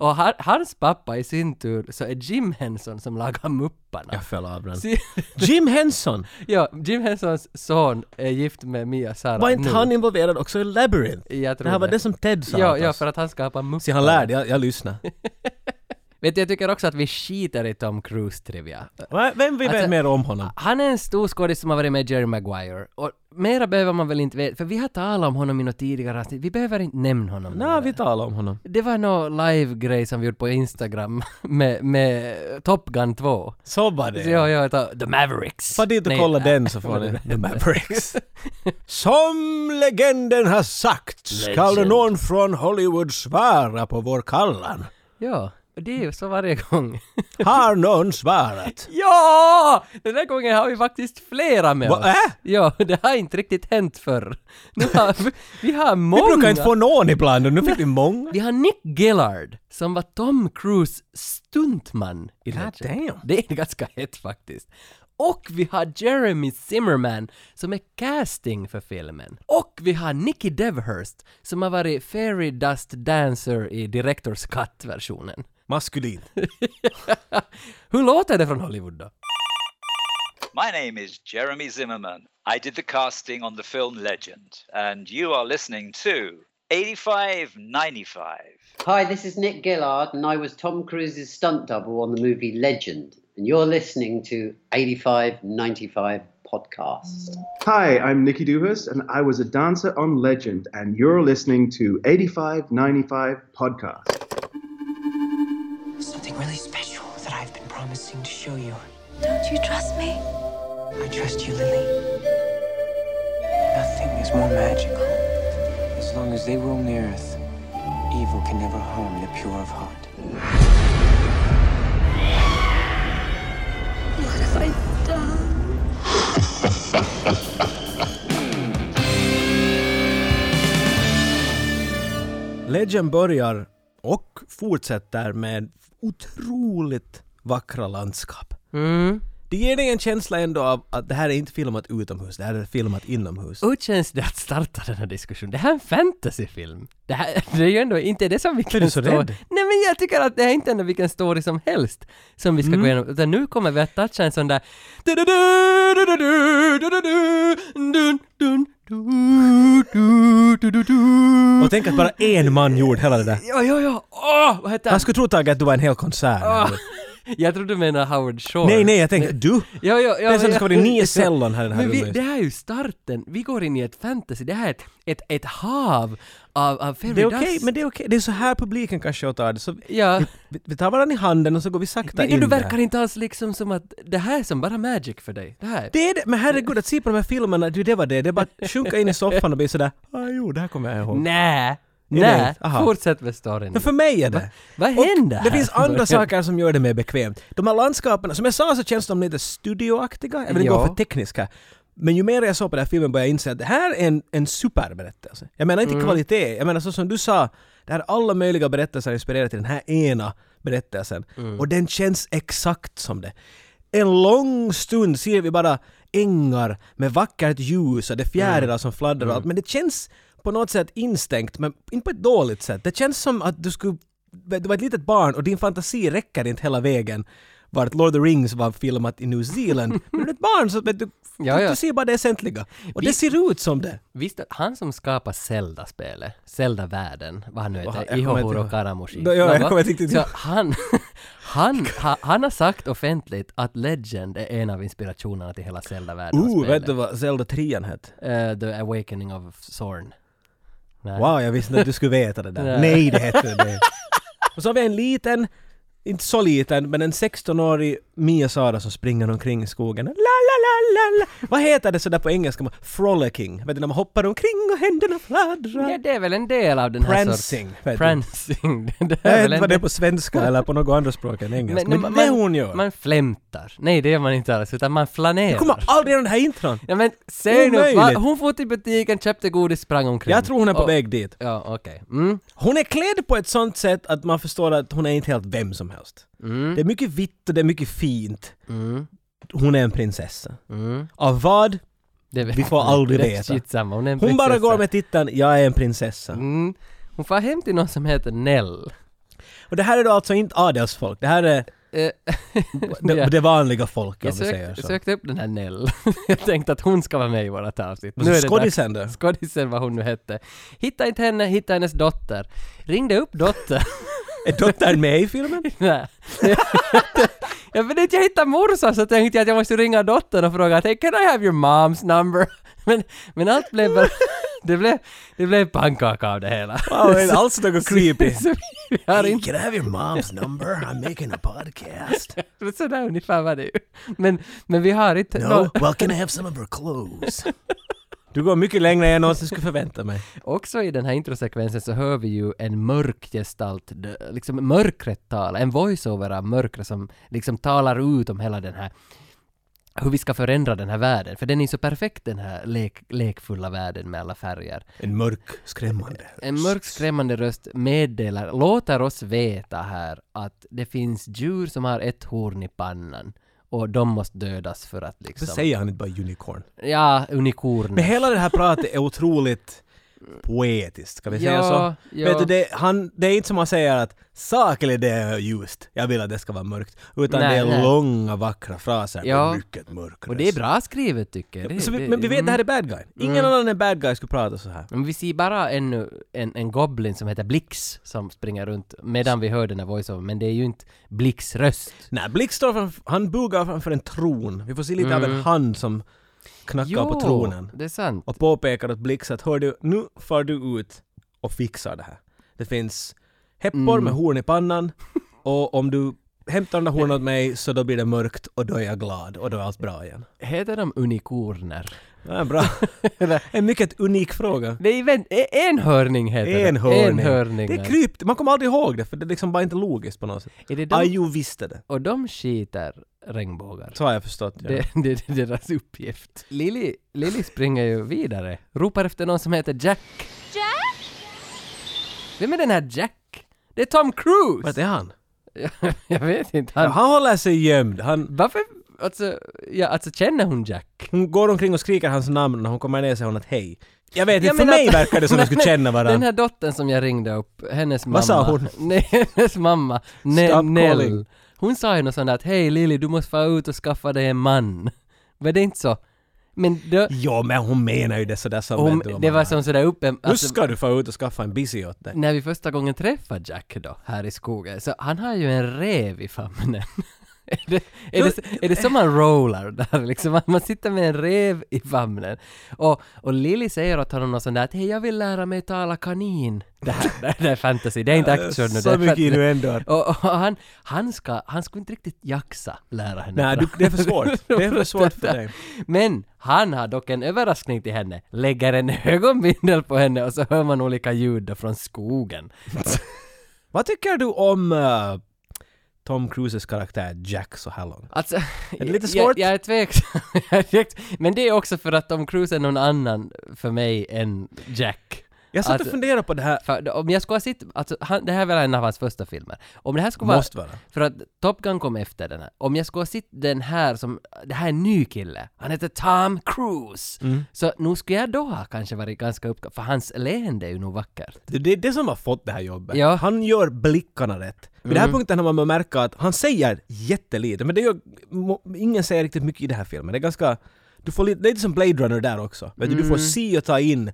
Och ha- hans pappa i sin tur så är Jim Henson som lagar Mupparna.
Jag föll av den.
Si-
Jim Henson!
ja, Jim Hensons son är gift med Mia Sara
Var inte
nu.
han involverad också i Labyrinth?
Jag tror
Det här var det som Ted sa
Ja,
åt
ja,
oss.
för att han skapar Mupparna.
Se, han lärde, jag, jag lyssnar.
Vet du, jag tycker också att vi skiter i Tom Cruise-trivia.
Va, Vem vill
Alltså-
veta mer om honom?
Han är en stor skådis som har varit med i Jerry Maguire. Och mera behöver man väl inte veta, för vi har talat om honom i något tidigare avsnitt. Vi behöver inte nämna honom.
Nej,
mera.
vi talar om honom.
Det var någon live-grej som vi gjorde på Instagram med, med Top Gun 2.
Så var det.
Så jag, jag tar The Mavericks.
Far dit och
Nej,
kolla
äh,
den så får ni The Mavericks. Som legenden har sagt skall
Legend.
någon från Hollywood svara på vår kallan.
Ja, och det är ju så varje gång.
Har någon svarat?
ja! Den här gången har vi faktiskt flera med
Va,
oss.
äh?
Ja, det har inte riktigt hänt förr. Nu har, vi, vi har många.
Vi brukar inte få någon ibland och nu fick vi många.
Vi har Nick Gillard som var Tom Cruise stuntman i
God
Legend.
damn.
Det är ganska hett faktiskt. Och vi har Jeremy Zimmerman som är casting för filmen. Och vi har Nicky Devhurst som har varit Fairy Dust Dancer i Directors Cut-versionen.
Maskulin.
Hur låter det från Hollywood då?
My name is Jeremy Zimmerman. I did the casting on the film Legend, and you are listening to 8595.
Hi, this is Nick Gillard, and I was Tom Cruise's stunt double on the movie Legend. And you're listening to 8595 Podcast.
Hi, I'm Nikki Dubas, and I was a dancer on Legend, and you're listening to 8595 Podcast.
Something really special that I've been promising to show you.
Don't you trust me?
I trust you, Lily. Nothing is more magical. As long as they roam the earth, evil can never harm the pure of heart.
What have I done?
Legend börjar och fortsätter med otroligt vackra landskap.
Mm.
Det ger dig en känsla ändå av att det här är inte filmat utomhus, det här är filmat inomhus.
Hur känns det att starta den här diskussionen? Det här är en fantasyfilm. Det, här, det är ju ändå inte det som vilken
Är du så
story...
rädd?
Nej men jag tycker att det är inte ändå vilken story som helst som vi ska gå igenom. Utan nu kommer vi att toucha en sån där...
Och tänk att bara en man gjorde hela det där.
Ja, ja, ja! Åh, vad heter han?
Jag skulle tro Tage att du var en hel konsert.
Ah. Jag tror du menar Howard Shore.
Nej, nej, jag tänkte du!
Ja, ja, ja,
Det är som det ska
ja.
vara nio cellon här i den här
Men vi,
rummet.
det här är ju starten. Vi går in i ett fantasy. Det här är ett, ett, ett hav av, av fairy
Det är okej,
dust.
men det är okej. Det är så här publiken kanske tar det. Så vi-
Ja.
vi, vi tar varandra i handen och så går vi sakta
Men
in
du
där.
verkar inte alls liksom som att det här är som bara magic för dig. Det här.
Det är det, men herregud att se på de här filmerna, du det var det. Det är bara att sjunka in i soffan och bli sådär ah, jo, det här kommer jag ihåg.
Nä!
Är det
Nä!
inte? Aha.
Fortsätt med storyn.
Men för mig är det.
Vad
Och
händer
Det
här?
finns andra saker som gör det mer bekvämt. De här landskapen, som jag sa så känns de lite studioaktiga. Jag vill inte
Ja.
gå för tekniska. Men ju mer jag såg på den här filmen började jag inse att det här är en, en superberättelse. Jag menar
Mm.
inte kvalitet, jag menar så som du sa, det här är alla möjliga berättelser inspirerade till den här ena berättelsen.
Mm.
Och den känns exakt som det. En lång stund ser vi bara ängar med vackert ljus och det är fjärilar
Mm.
som fladdrar och allt, men det känns på något sätt instängt, men inte på ett dåligt sätt. Det känns som att du skulle du var ett litet barn och din fantasi räcker inte hela vägen vart Lord of the Rings var filmat i New Zealand. Men du är ett barn så vet du,
Ja, ja.
du ser bara det essentliga. Och
Vi-
det ser ut som det.
Visst, han som skapar Zelda-spelet, Zelda-världen, vad han nu
Vad han-
heter,
jag kommer inte
Ihohoro
ihåg.
Karamushi.
Ja, jag
Något.
kommer inte riktigt
Så
ihåg.
han, han, ha, han har sagt offentligt att Legend är en av inspirationerna till hela Zelda-världen och
Ooh,
spelet.
vet du vad Zelda 3 hette?
Eh, The Awakening of Zorn. Nej.
Wow, jag visste inte att du skulle veta det
Nej.
där. Nej, det hette det. Och så har vi en liten, inte så liten, men en 16-årig Mia Sara som springer omkring i skogen. La, la, la, la, la. Vad heter det sådär på engelska? Frolicking. Vet du, när man hoppar omkring och händerna fladdrar.
Ja, det är väl en del av den här
Prancing,
sorts...
vet du.
Prancing. Det
Jag
är
vet
väl
inte
en
vad det är
del-
på svenska eller på något annat språk än engelska. Men,
man-
det är det hon gör.
Man flämtar. Nej, det gör man inte alls, utan man flanerar.
Jag kommer aldrig göra den här intron.
Ja, men säg nu, va?
Omöjligt.
hon får till butiken, köpte godis, sprang omkring.
Jag tror hon är på
Och-
väg dit.
Ja, okej. Mm.
Hon är klädd på ett sånt sätt att man förstår att hon är inte helt vem som helst.
Mm.
Det är mycket vitt och det är mycket fint. Hon är en prinsessa.
Mm.
Av vad?
Det vet
Vi får aldrig
det är
veta.
Skitsamma, hon är en
Hon bara
prinsessa.
går med titeln “Jag är en prinsessa”.
Mm. Hon far hem till någon som heter Nell.
Och det här är då alltså inte adelsfolk, det här är
Eh,
det,
ja.
det vanliga folk om
Jag
vi säger
sökte,
så.
sökte upp den här Nell. jag tänkte att hon ska vara med i vårat avsnitt.
Men
Nu är det
Alltså, skådisen
dags.
då?
Skådisen, vad hon nu hette. Hitta inte henne, hitta hennes dotter. Ringde upp dotter.
Är dottern med i filmen?
Nej. ja, för när jag hittade morsan så tänkte jag att jag måste ringa dottern och fråga att hey, can I have your mom's number? Men, men allt blev bara... Det blev, det blev pannkaka av det hela.
Wow, det är alls något creepy.
Så vi har
Hey,
inte
can I have your mom's number? I'm making a podcast.
Men Sådär ungefär var det ju. Men, men vi har inte... nå-
well can I have some of her clothes? Du går mycket längre än jag någonsin skulle förvänta mig.
Också i den här introsekvensen så hör vi ju en mörk gestalt, d- liksom mörkret tala, en voiceover av mörkret som liksom talar ut om hela den här hur vi ska förändra den här världen, för den är så perfekt den här lek, lekfulla världen med alla färger.
En mörk, skrämmande.
En mörk skrämmande röst meddelar, låter oss veta här att det finns djur som har ett horn i pannan och de måste dödas för att
Så
liksom...
säger han inte bara unicorn.
Ja, unikorner.
Men hela det här pratet är otroligt poetiskt, kan vi säga
Ja,
så?
ja.
Vet du, det, han, det är inte som man säger att saker är det ljust, jag vill att det ska vara mörkt. Utan
Nej,
det är
nej.
långa vackra fraser
Ja.
på mycket mörk
och
röst.
det är bra skrivet tycker jag. Det-
Så vi,
det-
men vi vet
mm.
det här är bad guy. Ingen annan än bad guy skulle prata så här.
Men vi ser bara en, en, en goblin som heter Blix som springer runt medan vi hör den här voiceovern, men det är ju inte Blix röst.
Nej, Blix står framför, han bugar framför en tron. Vi får se lite av
Mm.
en hand som knackar på tronen.
det är sant.
och påpekar åt Blix att hör du, nu far du ut och fixar det här. Det finns heppor med horn i pannan och om du hämtar den där hornen åt mig så då blir det mörkt och då är jag glad och då är allt bra igen.
Heter de unikorner?
Ja, bra. en mycket unik fråga.
Nej, vän, e- enhörning heter det.
Enhörning.
Enhörningar.
Det är krypt, man kommer aldrig ihåg det för det är liksom bara inte logiskt på något sätt.
Är det de-
Ajo visste det.
Och de skiter regnbågar.
Så har jag förstått. Ja.
Det, det, det är deras uppgift. Lily, Lily springer ju vidare, ropar efter någon som heter Jack.
Jack?
Vem är den här Jack? Det är Tom Cruise!
Vart är han?
Jag vet inte.
Ja,
Han,
han håller sig gömd. Han,
varför, alltså, ja, alltså känner hon Jack?
hon går omkring och skriker hans namn och när hon kommer ner säger hon att hej. Jag vet inte,
Ja,
för
men
mig
att-
verkar det som att de skulle
Men-
känna
Den
varandra.
här dottern som jag ringde upp, hennes mamma.
Vad sa hon?
Nej, hennes mamma. Ne-
Stop
Nell.
calling.
Hon sa ju något sånt där att hej Lili, du måste få ut och skaffa dig en man. Var det inte så? Men då,
Ja, men hon menar ju det sådär som...
om,
vet du vad
det
man
var
har.
som sådär uppen...
Nu
Alltså,
ska du få ut och skaffa en busy åt dig.
när vi första gången träffade Jack då, här i skogen, så han har ju en räv i famnen. är, det, är, det, är det som man rollar där liksom? Man, man sitter med en räv i famnen. Och, och Lily säger åt honom något sånt där att hej jag vill lära mig tala kanin. Det här, det här är fantasy, det är inte action. nu, det
Så
är
mycket
fantasy.
innuendoar.
Och, och han, han, ska, han skulle inte riktigt jaxa lära henne.
Nej, du, det är för svårt. Det är för svårt för dig.
Men han har dock en överraskning till henne, lägger en ögonbindel på henne och så hör man olika ljud då från skogen.
Vad tycker du om eh, Tom Cruises karaktär Jack så här långt?
Alltså,
det lite
jag,
svårt?
jag är tveksam. Jag är tveksam. Men det är också för att Tom Cruise är någon annan för mig än Jack.
Jag satt och
Att-
funderade på det här.
För om jag skulle ha sett, alltså, han, det här är väl en av hans första filmer. Om det här skulle
Måste vara.
För att Top Gun kom efter den här. Om jag skulle ha sett den här som, det här är en ny kille, han heter Tom Cruise.
Mm.
Så nu skulle jag då ha kanske varit ganska uppkallad, för hans leende är ju nog vackert.
Det det är det som har fått det här jobbet.
Ja. Mm.
Han gör blickarna rätt. Vid den här punkten har man märkt att han säger jättelite, men det gör, må- ingen säger riktigt mycket i den här filmen. Det är ganska... Du får lite, det är lite som Blade Runner där också. Vet du, du får
Mm.
se och ta in,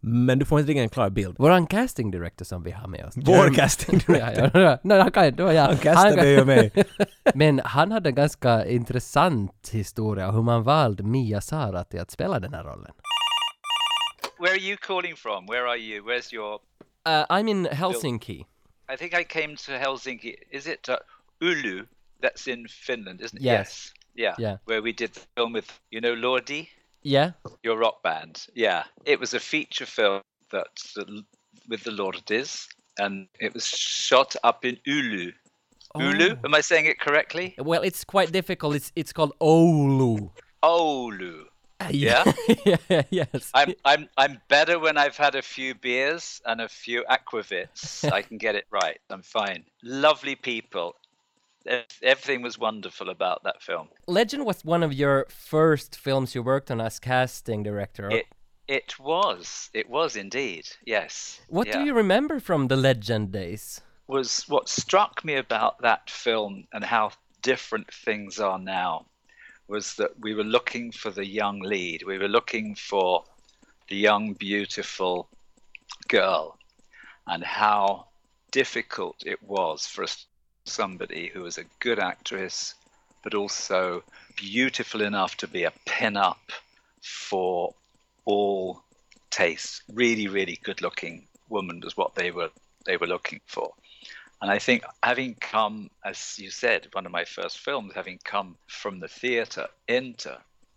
men du får inte riktigt en klar bild.
Våran casting director som vi har med oss.
Vår casting
Ja, ja, ja. Nej, han kan inte, det var jag.
Han kastade dig och mig.
Men han hade en ganska intressant historia hur man valde Mia Sara till att spela den här rollen.
Where are you calling from? Where are you? Where's your.
Uh, I'm in Helsinki.
I think I came to Helsinki. Is it uh, Ulu? That's in Finland, isn't it?
Yes.
Yeah.
Yeah.
Where we did the film with, you know, Lordi,
Yeah.
your rock band. Yeah. It was a feature film that the, with the Lordis, and it was shot up in Ulu. Ulu?
Oh.
Am I saying it correctly?
Well, it's quite difficult. It's it's called Oulu.
Oulu. Yeah?
yeah. Yes.
I'm I'm I'm better when I've had a few beers and a few aquavits. I can get it right. I'm fine. Lovely people. Ev- Everything was wonderful about that film.
Legend was one of your first films you worked on as casting director.
It it was. It was indeed. Yes.
what
Yeah.
do you remember from the Legend days?
was what struck me about that film and how different things are now was that we were looking for the young lead. We were looking for the young, beautiful girl and how difficult it was for us- somebody who was a good actress but also beautiful enough to be a pin-up for all tastes. Really, really good-looking woman was what they were they were looking for. And I think having come, as you said, one of my first films, having come from the theatre into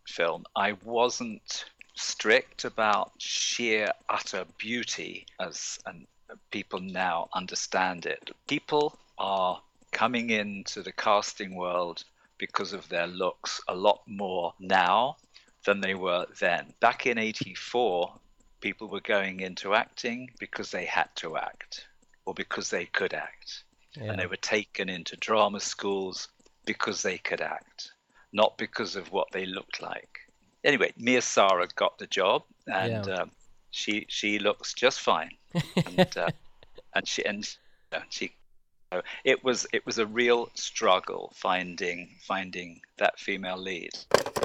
film, I wasn't strict about sheer utter beauty as and people now understand it. People are coming into the casting world because of their looks a lot more now than they were then. Back in 84, people were going into acting because they had to act or because they could act. And they were taken into drama schools because they could act, not because of what they looked like. Anyway, Mia Sara got the job, and
Yeah.
um, she she looks just fine, and uh, and she and uh, she. so It was it was a real struggle finding finding that female lead.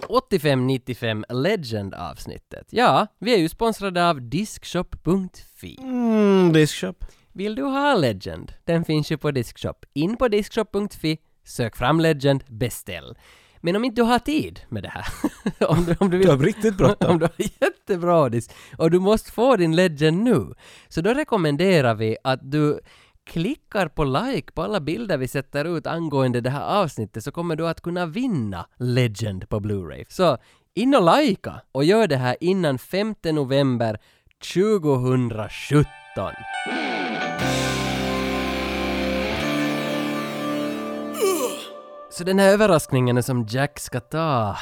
85-95 Legend-avsnittet. Ja, vi är ju sponsrade av Diskshop.fi.
Mm, diskshop.
Vill du ha Legend? Den finns ju på Diskshop. In på Diskshop.fi, sök fram Legend, beställ. Men om inte du har tid med det här. om, du, om du vill...
Du har riktigt
om
bråttom.
du har jättebra disk och du måste få din Legend nu. Så då rekommenderar vi att du klickar på like på alla bilder vi sätter ut angående det här avsnittet så kommer du att kunna vinna Legend på Blu-ray. Så in och likea och gör det här innan 5 november 2017. Så den här överraskningen är som Jack ska ta.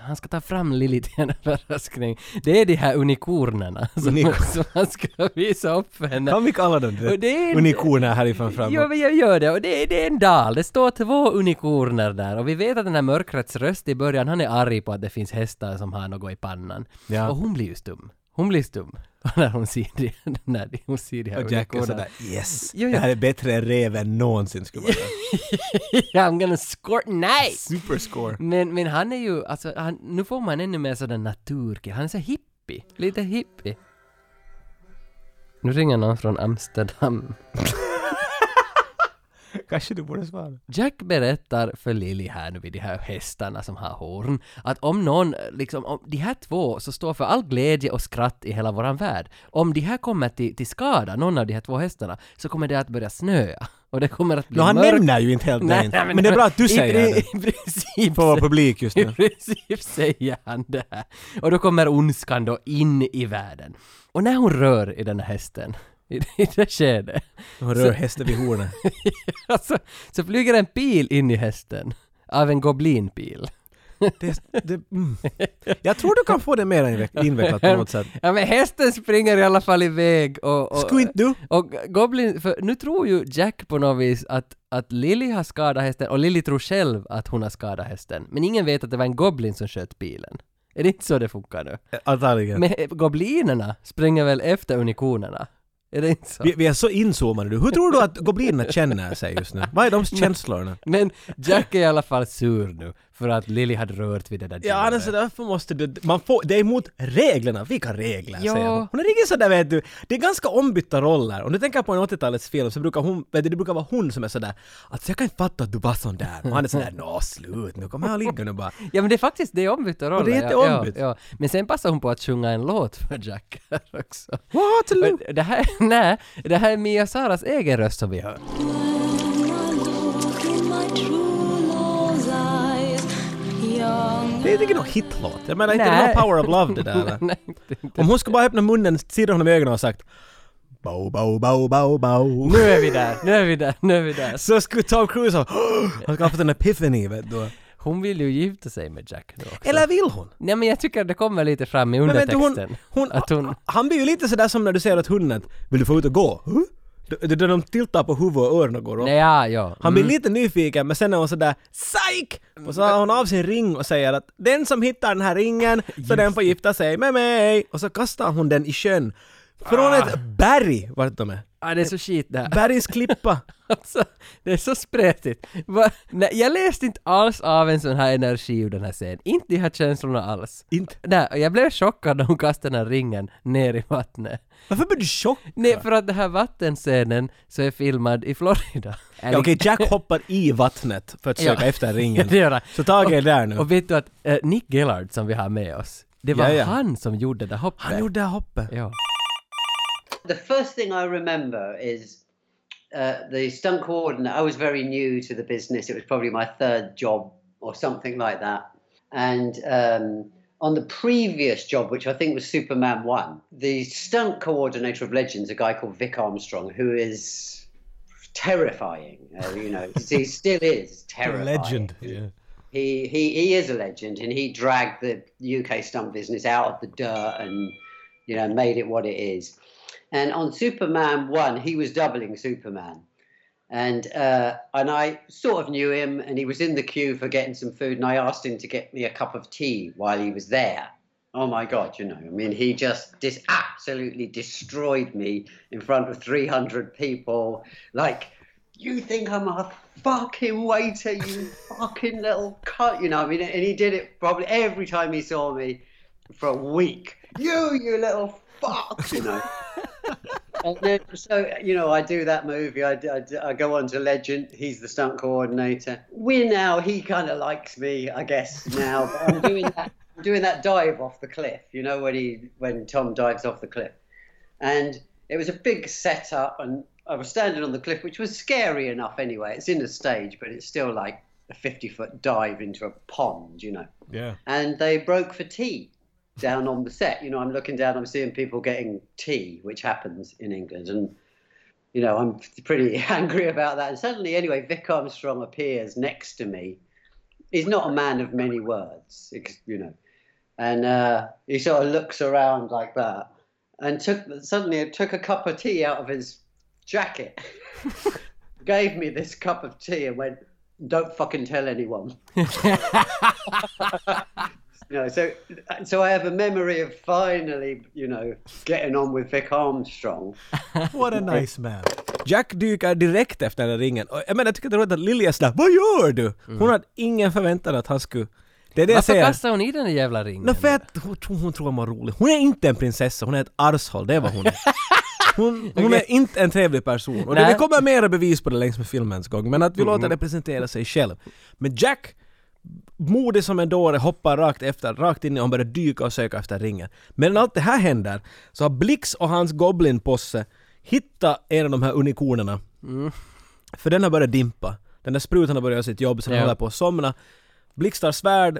Han ska ta fram Lilith i en överraskning. Det är de här unikornerna som,
Unikorn.
som han ska visa upp för henne.
Kan vi kalla dem
Och det är
det?
inte-
Unikorner härifrån framåt.
Jo, men jag gör det och det, är- det är en dal. Det står två unikorner där och vi vet att den här mörkrets röst i början, han är arg på att det finns hästar som har något i pannan.
Ja.
Och hon blir ju stum. Hon blir stum. när hon ser det, när hon ser det här
Och Jack är
unikornerna.
sådär yes,
Jo,
det
ja.
här är bättre än reven någonsin skulle vara.
I'm gonna score, nej!
Superscore.
Men, men han är ju, alltså, han, nu får man ännu mer sådan naturkill. Han är så hippie. Lite hippie. Nu ringer någon från Amsterdam.
Kanske du borde svara.
Jack berättar för Lily här nu vid de här hästarna som har horn att om någon, liksom, om de här två så står för all glädje och skratt i hela våran värld. Om de här kommer till, till skada, någon av de här två hästarna, så kommer det att börja snöa. Och det kommer att bli
No, han
mörkt.
nämner ju inte helt nej, men, det är bra att du
i,
säger
i,
det.
I princip,
För vår publik just
i
nu.
princip säger han det här. Och då kommer ondskan då in i världen. Och när hon rör i den här hästen, i, i det skedet,
Hon rör hästen vid hornen.
alltså, så flyger en pil in i hästen. Av en goblinpil.
Det, det, mm. Jag tror du kan få det mer inveck- invecklat på något sätt.
Ja men hästen springer i alla fall iväg och... och
Skulle inte du?
Och Goblin, för nu tror ju Jack på något vis att, att Lily har skadat hästen och Lily tror själv att hon har skadat hästen. Men ingen vet att det var en Goblin som sköt pilen. Är det inte så det funkar nu?
Antagligen.
Men eh, Goblinerna springer väl efter unikornerna? Är det inte så?
Vi, vi är så inzoomade nu. Hur tror du att goblinerna känner sig just nu? Vad är de känslorna?
Men Jack är i alla fall sur nu för att Lily hade rört vid det där
Ja,
djuret.
alltså därför måste det... Man får, det är emot reglerna. Vilka regler?
Ja.
säger hon. Hon är riktigt sådär vet du. Det är ganska ombytta roller. Om du tänker på en 80-talets film så brukar hon... Vet du, det brukar vara hon som är sådär Alltså jag kan inte fatta att du var sån där. Och han är sådär Nå slut nu, kom här och ligga nu bara.
Ja men det är faktiskt, det är ombytta roller.
det är
ja,
jätteombytt.
Ja, ja. Men sen passar hon på att sjunga en låt för Jack här också.
What? Lu-
Och Det här, nej, det här är Mia Saras egen röst som vi hör.
My Lord, my true love.
Det är inte någon hitlåt. Jag menar inte
Nej.
någon power of love det där. eller?
Nej, inte, inte.
Om hon skulle bara öppna munnen, stirra honom i ögonen och sagt Bow, bow, bow, bow, bow.
Nu är vi där, nu är vi där, nu är vi där.
Så skulle Tom Cruise ha... Han ska ha fått en epiphany vet du.
Hon vill ju gifta sig med Jack nu också.
Eller vill hon?
Nej men jag tycker det kommer lite fram i
Men vet du,
undertexten.
hon, hon,
att hon...
Han blir ju lite sådär som när du säger åt hunden att Vill du få ut och gå? Huh? Det det- det de tiltar på huvud och öron och går upp.
Nej, Mm. ja, ja.
Han blir lite nyfiken men sen är hon sådär psyk! Och så har hon av sin ring och säger att den som hittar den här ringen så den får gifta sig med mig! Och så kastar hon den i sjön. Från ett berg, vart de är.
Ah, det är så skit det här.
Bergs klippa.
Alltså, det är så spretigt. Va? Nej, jag läste inte alls av en sån här energi ur den här scenen. Inte de här känslorna alls.
Inte?
Nej, och jag blev chockad när hon kastade den här ringen ner i vattnet.
Varför blir du chockad?
Nej, för att den här vattenscenen så är filmad i Florida.
Ja, Okej, Jack hoppar i vattnet för att
Ja.
söka efter ringen.
Ja, det gör han.
Så Tage är där nu.
Och vet du att eh, Nick Gillard som vi har med oss, det var
Ja, ja.
han som gjorde det hoppet.
han gjorde det här hoppet.
Ja.
The first thing I remember is uh, the stunt coordinator. I was very new to the business. It was probably my third job or something like that. And um, on the previous job, which I think was Superman 1, the stunt coordinator of Legends, a guy called Vic Armstrong, who is terrifying. Uh, you know, he still is terrifying
Legend. Yeah.
he, he he is a legend, and he dragged the UK stunt business out of the dirt and you know made it what it is. And on Superman one, he was doubling Superman, and uh, and I sort of knew him, and he was in the queue for getting some food, and I asked him to get me a cup of tea while he was there. Oh my God, you know, I mean, he just dis- absolutely destroyed me in front of 300 people. Like, you think I'm a fucking waiter, you fucking little cunt, you know, I mean, and he did it probably every time he saw me for a week. You, you little fuck, you know. And then, so you know, I do that movie. I, I, I go on to Legend. He's the stunt coordinator. We now he kind of likes me, I guess. Now but I'm doing that, I'm doing that dive off the cliff. You know when he when Tom dives off the cliff, and it was a big setup, and I was standing on the cliff, which was scary enough anyway. It's in a stage, but it's still like a fifty foot dive into a pond, you know
Yeah.
and they broke for tea down on the set. You know, I'm looking down, I'm seeing people getting tea, which happens in England, and you know, I'm pretty angry about that. And suddenly, anyway, Vic Armstrong appears next to me. He's not a man of many words, ex- you know, and uh, he sort of looks around like that, and took suddenly took a cup of tea out of his jacket, gave me this cup of tea, and went, "Don't fucking tell anyone." you know, so so I have a memory of finally, you know, getting on with Vic Armstrong.
What a nice man. Jack dyker direkt efter den där ringen. Och jag menar, jag tycker det är roligt att Lilja är sådär ”Vad gör du?” Hon hade ingen förväntan att han skulle... Det är det jag
Varför
säger.
kastade hon i den där jävla ringen?
Nå för att hon, tror- hon tror hon var rolig. Hon är inte en prinsessa, hon är ett arshåll, det är vad hon är. Hon, hon är inte en trevlig person. Och det,
Nej. Mm.
det kommer mera bevis på det längs med filmens gång, men att vi låter det presentera sig själv. Men Jack, modig som en dåre, hoppar rakt efter, rakt in i och börjar dyka och söka efter ringen. Medan allt det här händer så har Blix och hans Goblin-posse hittat en av de här unikonerna. För den har börjat dimpa. Den där sprutan har börjat göra sitt jobb så den
Ja.
håller på att somna. Blixtar svärd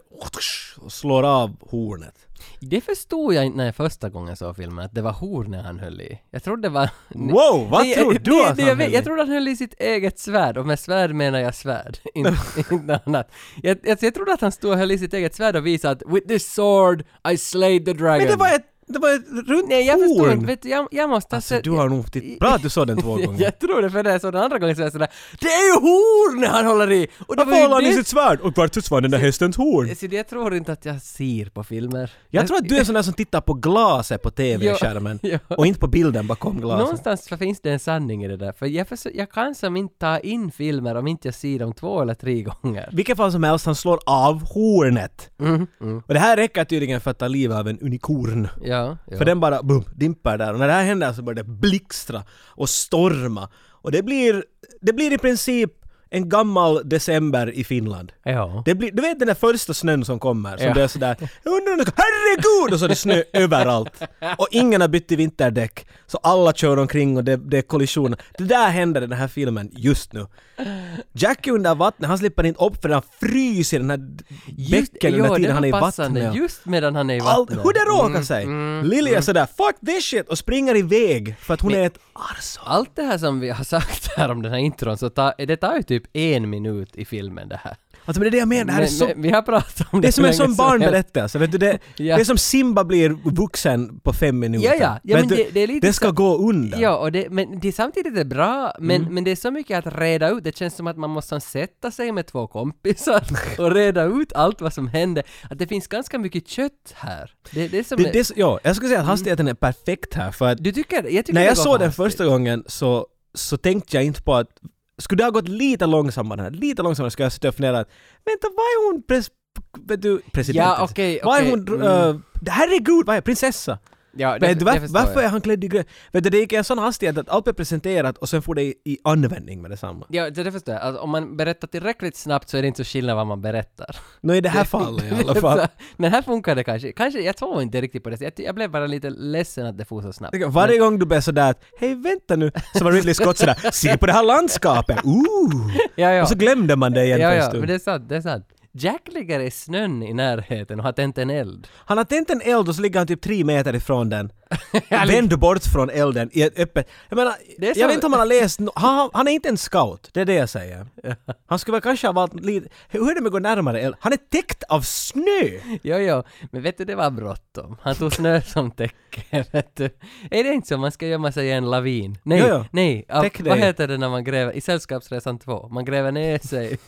och slår av hornet.
Det förstod jag inte när jag första gången såg filmen, att det var hornet han höll i. Jag trodde det var...
Wow, vad
Nej,
tror
nej,
du
nej,
att
jag,
han
vet,
höll i?
jag trodde han höll i sitt eget svärd, och med svärd menar jag svärd, inte, inte annat. Jag, jag, jag trodde att han stod och höll i sitt eget svärd och visade att “With this sword I slayed the dragon”.
Men det var ett, det var ett runt
Nej, jag förstår inte.
horn!
Vet du, jag, jag måste ha
Alltså,
sett-
du har nog titt- bra att du såg den två
jag,
gånger.
tror det, för det jag såg den andra gången så var jag sådär “Det är ju horn han håller i!” Och det var
Varför
ju
håller han i
det-
sitt svärd? Och vart tycks vara den där hästens horn?
Så det jag tror inte att jag ser på filmer.
Jag tror att du är en sån där som tittar på glaset på TV-skärmen
Ja, ja.
och inte på bilden bakom glaset.
Någonstans så finns det en sanning i det där, för jag, försö- jag kan som inte ta in filmer om inte jag ser dem två eller tre gånger.
vilket fall som helst, han slår av hornet.
Mm,
Och det här räcker tydligen för att ta livet av en unikorn.
Ja, ja.
För den bara bum, dimper där och när det här händer så börjar det blixtra och storma. Och det blir, det blir i princip en gammal december i Finland.
Ja.
Det blir, du vet den där första snön som kommer, som
Ja.
det är sådär "Jag undrar om det- ”Herregud!” och så är det snö överallt. Och ingen har bytt till vinterdäck, så alla kör omkring och det, det är kollisioner. Det där händer i den här filmen just nu. Jack är under vattnet, han slipper inte upp för han fryser i den här
Just-
bäcken under
jo, det
tiden han är i
var passande,
vattnet.
Just Mm, medan han är i
Allt,
vattnet.
hur det råkar sig! Lilja är sådär ”fuck this shit” och springer iväg för att hon är ett arso.
Allt det här som vi har sagt här om den här intron, så ta, det tar ju typ en minut i filmen det här.
Alltså men det är det jag menar, det här är
Men-
så...
men vi har pratat om det
Det är som
hur
en
länge
sån
helst.
barnberättelse, vet du? Det,
Ja.
det är som Simba blir vuxen på fem minuter.
Ja, ja. Ja,
vet
men
du,
det- det är lite
ska
så-
gå under.
Ja, och det, men det, samtidigt är det bra, men,
Mm.
men det är så mycket att reda ut. Det känns som att man måste sätta sig med två kompisar och reda ut allt vad som hände. Att det finns ganska mycket kött här. Det, det är som...
Det, det, är så- ja, jag skulle säga att hastigheten är perfekt här för att
Mm. du tycker? Jag tycker
när
det
jag
går
såg den
hastigt.
första gången så, så tänkte jag inte på att skulle det ha gått lite långsammare, lite långsammare skulle jag sitta och fundera att vänta, vad är hon pres, vet du, president?
Ja, okej,
Vad är
okej,
hon,
mm.
eh, herregud, vad är prinsessa?
Ja, det,
Vet du,
det
varför,
förstår jag.
varför är han klädd i grönt? Vet du, det gick i en sån hastighet att allt blev presenterat och sen får det i, i användning med detsamma.
Ja, det, det förstår jag. Alltså, om man berättar tillräckligt snabbt så är det inte så skillnad vad man berättar.
Nå i det här fallet i alla fall.
Men här funkar det kanske. Kanske, jag tror inte riktigt på det. Jag, ty- jag blev bara lite ledsen att det for så snabbt.
Tänk, Varje gång du blir sådär att ”Hej, vänta nu” så var Ridley Scott sådär ”Se på det här landskapet, ooh!”
Ja, ja.
Och så glömde man det igen
ja,
för en
ja,
stund.
men det är sant, det är sant. Jack ligger i snön i närheten och har tänt en eld.
Han har tänt en eld och så ligger han typ tre meter ifrån den. Vänd bort från elden i ett öppet... Jag menar,
Det är
jag
så-
vet inte om han har läst... no- Han, han är inte en scout, det är det jag säger. Han skulle väl kanske ha varit lite... Hur är det med att gå närmare eld? Han är täckt av snö!
Jo, jo, men vet du, det var bråttom. Han tog snö som täcke, vet du. Är det inte så man ska gömma sig i en lavin? Nej,
Jo, jo.
nej. Ja,
Täck
vad
dig.
heter det när man gräver? I Sällskapsresan 2, man gräver ner sig.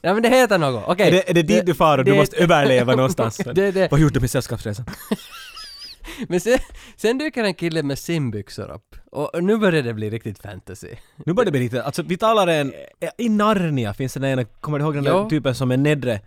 Ja, men det heter något, okej.
Är det, är det dit du far och du
det-
måste överleva någonstans?
Det- det-
Vad gjorde du med sällskapsresan?
Men sen, sen dyker en kille med simbyxor upp. Och och nu börjar det bli riktigt fantasy.
Nu börjar det bli lite, alltså vi talar en, i Narnia finns den ena, kommer du ihåg den där
Ja.
typen som är nedre,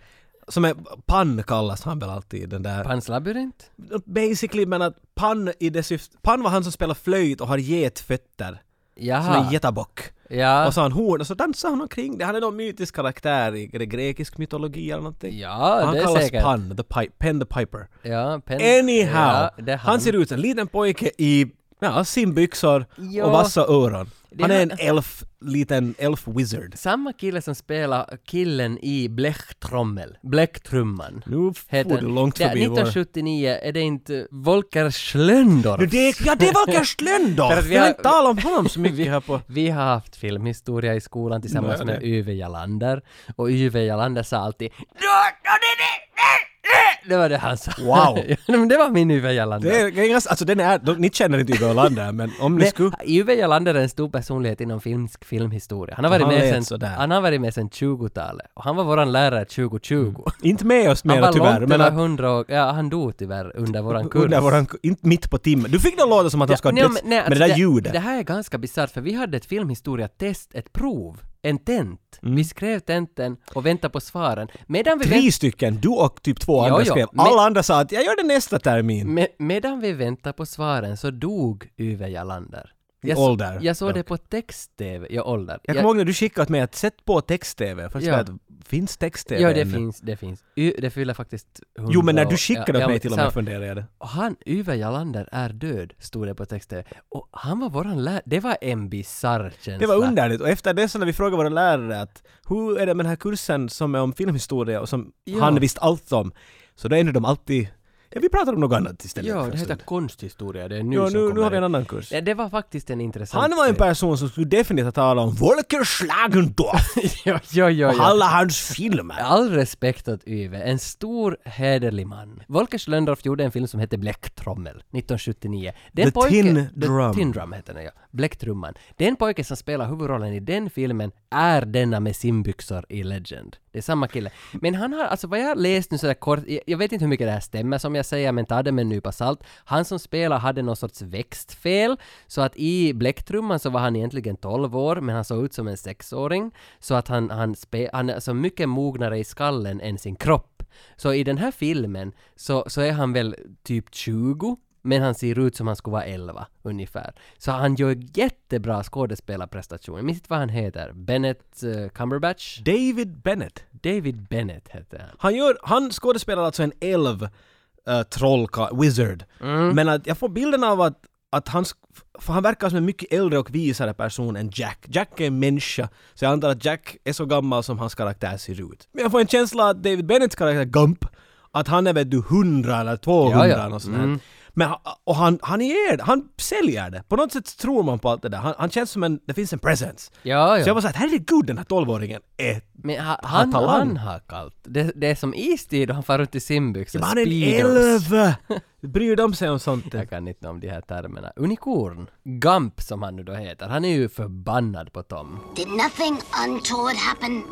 som är, Pan kallas han väl alltid den där.
Pans labyrint?
Basically men att Pan i det syftet, Pan var han som spelar flöjt och har getfötter, som
Jaha.
en getabock.
ja.
Och så har han horn och så dansar han omkring det, han är någon mytisk karaktär i är det grekisk mytologi eller någonting.
Ja,
han
det är
kallas
säkert.
Pan, the Pi- Pen the Piper.
Ja, pen...
Anyhow!
Ja, det är han.
han ser ut som en liten pojke i ja, simbyxor
Ja.
och vassa öron.
Det
Han är
han-
en elf, liten elf wizard.
Samma kille som spelar killen i Blechtrommel, Blechtrumman.
Nu
heter-
får du långt
Det är
förbi vår...
1979 är det inte Volker Schlöndorff?
Nu, det, ja, det var Gerst
För att
Lönndahl!
vi
Vi har
har-
inte talat om honom så mycket här på...
Vi har haft filmhistoria i skolan tillsammans
Nej,
med
det-
Yve Jalander och Yve Jalander sa alltid "Nå, nå, nej, nej, nej, nej." Det var det han sa.
Wow.
Ja, men det var min Yve Jalander.
Det är, det är ganska- alltså den är... de- Ni känner inte Yve Ölander, men om ni
Men
skulle...
Yve Jalander är en stor personlighet inom finsk filmhistoria. Han har varit,
Han lät
med, sen,
sådär.
han har varit med sen 20-talet och han var våran lärare 2020.
Inte med oss
Han
mera
var
tyvärr,
långt
men
över
att,
100 och, ja, han dog tyvärr under våran kurs.
under våran... Inte mitt på timmen. Du fick det att låta som att han ska ha
nej,
dött,
men,
men,
nej,
det
alltså
där ljudet.
Det här är ganska bisarrt för vi hade ett filmhistoria-test, ett prov, en tent. Vi skrev tenten och väntade på svaren. Medan vi,
Mm. Tre
vänt,
stycken, du och typ två
Ja,
andra
ja,
skrev.
men- Mm.
Alla andra sa att jag gör det nästa termin.
me, medan vi väntade på svaren så dog Yve Jalander.
I
Jag, så-
ålder,
Jag såg
dock.
det på text-tv, i ålder.
Jag kommer ihåg när du skickade åt mig att sätt på text-tv. Först
Ja.
ja. att, finns text-tv
Ja, det
ännu?
finns, det finns. Y, det fyller faktiskt 100
Jo, men när
år.
du skickade
Ja,
åt
ja,
mig
men
till och
sam-
med funderade jag det.
Och han, Yve Jalander är död, stod det på text-tv. Och han var våran lärare. Det var en bisarr känsla.
Det var underligt och efter det så när vi frågade våra lärare att hur är det med den här kursen som är om filmhistoria och som
Ja.
han visste allt om, så då ändrar de alltid ja, vi pratar om något annat istället.
Ja,
för
det
en
heter
stund.
konsthistoria. Det är nu
ja,
som
nu, nu
kommer
har vi en
in.
annan kurs.
Ja, det var faktiskt en intressant...
Han var en person som skulle definitivt ha talat om Volker Schlagendorf
ja, ja, ja,
och
ja.
alla hans filmer.
All respekt åt Yve, en stor hederlig man. Volker Schlöndorff gjorde en film som hette Bläcktrommel 1979. Den
The Tin Drum.
The Tin Drum hette den ja. Bläcktrumman. Den pojke som spelar huvudrollen i den filmen är denna med simbyxor i Legend. Det är samma kille. Men han har, alltså vad jag har läst nu sådär kort, jag- jag vet inte hur mycket det här stämmer som jag säger, men ta det med en nypa salt. Han som spelar hade någon sorts växtfel, så att i Bläcktrumman så var han egentligen 12 år, men han såg ut som en sexåring. Så att han, han, spe, han är alltså mycket mognare i skallen än sin kropp. Så i den här filmen så, så är han väl typ 20 men han ser ut som han skulle vara 11 ungefär. Så han gör jättebra skådespelarprestation. Jag minns inte vad han heter. Bennett eh, Cumberbatch?
David Bennett.
David Bennett heter han.
Han, gör, han skådespelar alltså en elv uh, trollka, wizard.
Mm.
Men att jag får bilden av att, att han, sk- för han verkar som en mycket äldre och visare person än Jack. Jack är en människa, så jag antar att Jack är så gammal som hans karaktär ser ut. Men jag får en känsla att David Bennetts karaktär, Gump, att han är vet du 100 eller 200
Ja, Mm. ja.
eller något sånt här. Men, ha- och han, han är han säljer det. På något sätt tror man på allt det där. Han, han känns som en, det finns en presence.
Ja, ja.
Så jag var såhär, herregud den här 12-åringen är
Men ha,
har
han,
talang.
han har kallt. Det, det är som istid och han far runt i simbyxor.
Men han är en
Speedos.
elv! Bryr de sig om sånt?
Jag kan inte om de här termerna. Unikorn. Gump som han nu då heter. Han är ju förbannad på Tom.
Did nothing untoward happen?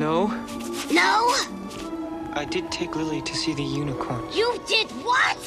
No,
No?
I did take Lily to see the unicorn.
You did what?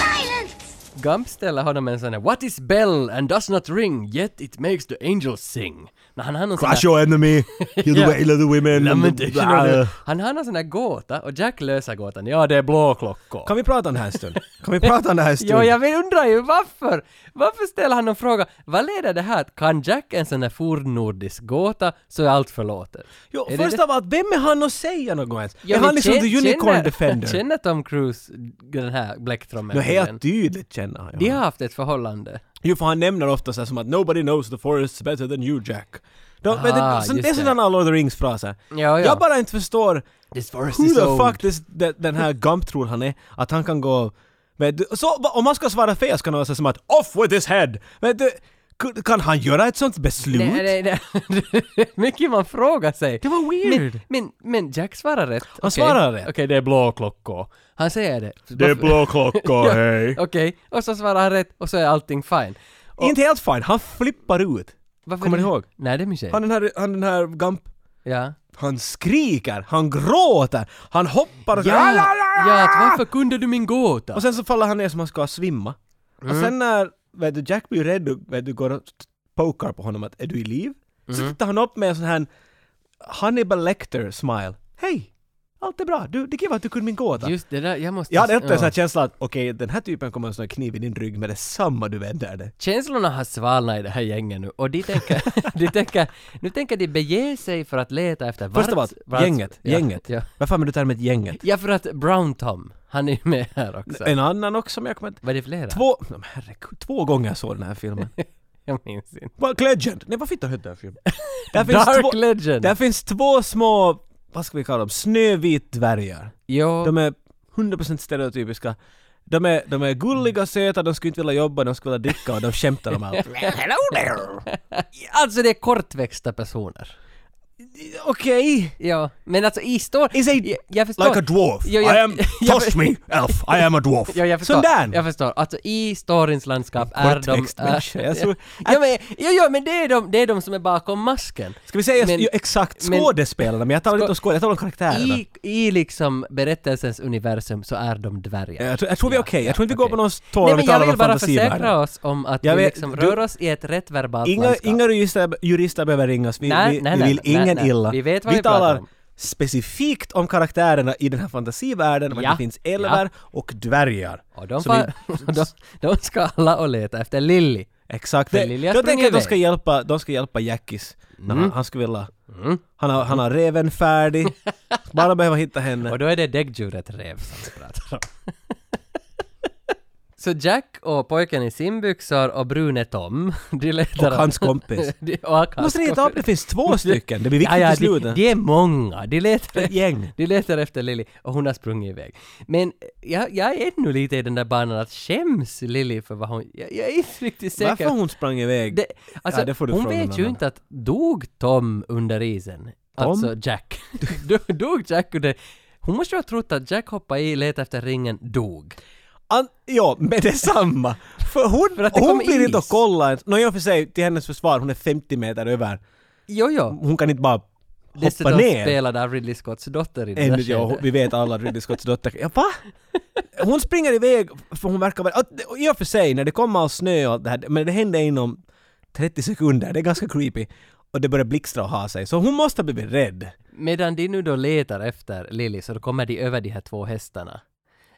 Silence!
Gump ställer honom en sån här ”What is bell and does not ring, yet it makes the angels sing”. Men han har någon sån här...
your enemy! Kill
Ja.
whale of the women!
Lamentation
Blah.
of the- Han har någon sån här gåta och Jack löser gåtan. Ja, det är blåklockor.
Kan vi prata om det här en stund? Kan vi prata om det här en stund?
Jo, jag vill- undrar ju varför! Varför ställer han någon fråga? Vad leder det här? Kan Jack en sån här fornnordisk gåta så är allt förlåtet.
Jo,
Är det
först
det?
av allt, vem är han att säga något ens?
Ja,
är
men
han liksom
kän-
the unicorn
känner-
defender?
Känner Tom Cruise den här
Nå,
bläcktrommen?
helt tydligt känner han
De
ju.
har haft ett förhållande.
Jo, för han nämner ofta så här som att “Nobody knows the forest better than you Jack”. De, men
Ah,
det, så,
just
det är
det.
sådana Lord of the Rings-fraser.
Ja, ja.
Jag bara inte förstår
This forest
Who
is
the
old.
fuck this, de, den här Gump tror han är? Att han kan gå... Men, du- så, va- om han ska svara fel ska han vara så som att “Off with his head!” men, du, ku- Kan han göra ett sånt beslut?
Nej, nej, nej. Mycket man frågar sig. Det
var weird.
Men, men, men Jack svarar rätt. Han
svarar rätt.
Okej, det är blåklockor. Han säger det.
blåklockor,
Okej, och så svarar han rätt och så är allting fine. Och-
Inte helt fine, han flippar ut.
Varför-
Kommer ni ihåg?
Nej, det minns jag
Han
inte.
den här, han den här Gump,
Ja.
han skriker, han gråter, han hoppar och...
Ja, ja, att varför kunde du min gåta?
Och sen så faller han ner som han ska svimma.
Mm.
Och sen när vet du, Jack blir rädd och vet du, går och t- pokar på honom att är du i liv?
Mm.
Så tittar han upp med en sån här Hannibal Lecter smile. Hej! Allt är bra, du, det kan vara att du kunde min gåta.
Just det där, jag måste...
Jag hade alltid en
Ja.
sån här känsla att okej, den här typen kommer ha en sån här kniv i din rygg med detsamma du vänder det.
Känslorna har svalnat i det här gänget nu och de tänker, de tänker, nu tänker de bege sig för att leta efter
Först av
varts-
allt,
varts-
gänget,
ja,
gänget.
Ja.
Varför använder du termen gänget?
ja, för att Brown Tom, han är ju med här också.
En annan också men jag kommer inte...
Var det flera?
eh, Två... Men herregud, två gånger jag såg den här filmen.
Jag minns inte.
Vad- Legend! Nej, vad fittan hette den här filmen? Där finns
Dark
två...
Legend!
Där finns två små, vad ska vi kalla dem, snövitdvärgar.
Jo,
De är 100% stereotypiska. De är, de är gulliga, söta, de skulle inte vilja jobba, de skulle vilja dricka och de skämtar om allt.
Hello there! alltså det är kortväxta personer.
Okej!
Ja, men alltså i stor...
Is it
jag, jag förstår...
Like a dwarf!
Jo,
I am... Trust me, elf! I am a dwarf!
Ja, jag förstår.
Sådär!
Jag förstår. Alltså i storyns landskap är de... äh,
Korttextmänniskor. Jag tror-
ja, men, ja, ja, men det är, de, det är de som är bakom masken.
Ska vi säga
Men-
ju exakt
men-
skådespelarna, men jag talar inte om skådespelarna, jag talar om karaktärerna.
I, I liksom berättelsens universum så är de dvärgar.
Jag tror, jag tror vi är okej, jag tror inte Eh, vi går
okej.
på någons tår
Nej
om vi
men jag
talar om
vill bara
fantasivärlden.
försäkra oss om att
Jag
vi
vet,
liksom
du-
rör oss i ett rätt verbalt
Inga,
landskap.
inga jurister, jurister behöver ringas, vi,
Nej,
vi,
nej,
vi
nej,
vill
nej,
ingen
nej.
illa.
Vi vet vad vi pratar
talar
om.
specifikt om karaktärerna i den här fantasivärlden, om
Ja,
att det finns elver och dvärgar.
Och de,
Så vi-
fa- de, de ska alla och leta efter Lilly.
Exakt.
Men
Det,
Lilja
jag
springer
tänker att de
iväg. Mm.
ska hjälpa, de ska hjälpa Jackis. när Han, han skulle vilja... Han, har, han har reven färdig, bara behöver hitta henne.
Och då är det däggdjuret rev som vi pratar om. Så Jack och pojken i simbyxor och brune Tom, de letar...
Och hans kompis.
de, och hans
Måste ni ta upp, det finns två stycken, det blir
Ja,
viktigt
ja,
i
de,
slutet.
de är många. De letar,
Ett gäng.
de letar efter Lilly och hon har sprungit iväg. Men eh, jag, jag är ännu lite i den där banan att skäms Lilly för vad hon... Jag, jag är inte riktigt säker.
Varför hon sprang iväg?
Det, alltså,
det får du
hon
fråga någon
vet ju
annan.
inte att dog Tom under isen?
Tom?
Alltså Jack. Do- dog Jack under... Hon måste ju ha trott att Jack hoppade i, letade efter ringen, dog.
An- ja, med detsamma! För hon,
För att det
hon
kom
blir inte
is.
att kolla ens. Nå, i och för sig, till hennes försvar, hon är 50 meter över.
Jo, jo.
Hon kan inte bara hoppa
Dessutom
ner.
spelade av Ridley Scotts dotter i det
Ännu,
där
ja, hon-
skedet.
vi vet alla att Ridley Scotts dotter... Ja, va? Hon springer iväg för hon verkar vara... att- och I och för sig, när det kommer all snö och allt det här, men det hände inom 30 sekunder, det är ganska creepy. Och det börjar blixtra och ha sig, så hon måste ha blivit rädd.
Medan de nu då letar efter Lily så då kommer de över de här två hästarna.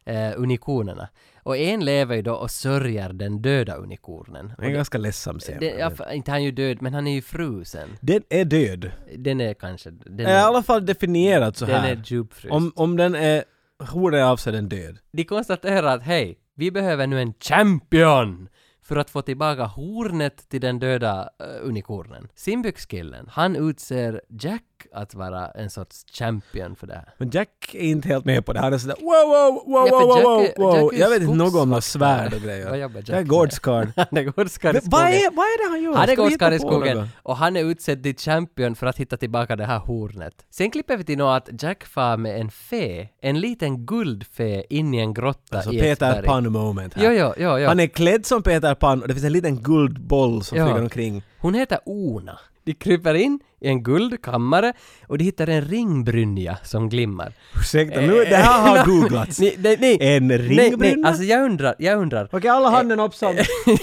Eh, unikonerna. Och en lever ju då och sörjer den döda unikonen.
Det är en ganska ledsam scen.
Den, ja, för- inte han är ju död, men han är ju frusen.
Den är död.
Den är kanske... Den
Den är i
är,
alla fall definierad så
den
här.
är djupfryst.
om, om den är horad av sig den död.
De konstaterar att hej, vi behöver nu en champion! För att få tillbaka hornet till den döda uh, unikornen. Simbyxkillen, han utser Jack att vara en sorts champion för det här.
Men Jack är inte helt med på det. Han är sådär wow, wow, wow,
Ja, för
wow, wow,
Jack
wow,
är- Jack
wow.
är ju
Jag vet inte något om något
skogsvaktare.
svärd och grejer.
Vad jobbar Jack
Jag är
med?
gårdskarl.
Han är gårdskarl i
Men Vad
skogen.
är, vad är det han gör?
Han är
Ska vi hitta
gårdskarl i
på något?
skogen och han är utsedd till champion för att hitta tillbaka det här hornet. Sen klipper vi till något att Jack far med en fe, en liten guldfe in i en grotta
Alltså
i ett
Peter
berg.
Pan moment här.
Jo, jo, jo, jo.
Han är klädd som Peter Pan och det finns en liten guldboll som
Ja.
flyger omkring.
Hon heter Ona. De kryper in i en guldkammare och de hittar en ringbrynja som glimmar. Eh,
Ursäkta, nu, det här har googlats.
nej, nej, nej.
En
Nej, nej,
ringbrynja?
alltså jag undrar, jag undrar.
Okej, alla handen upp som...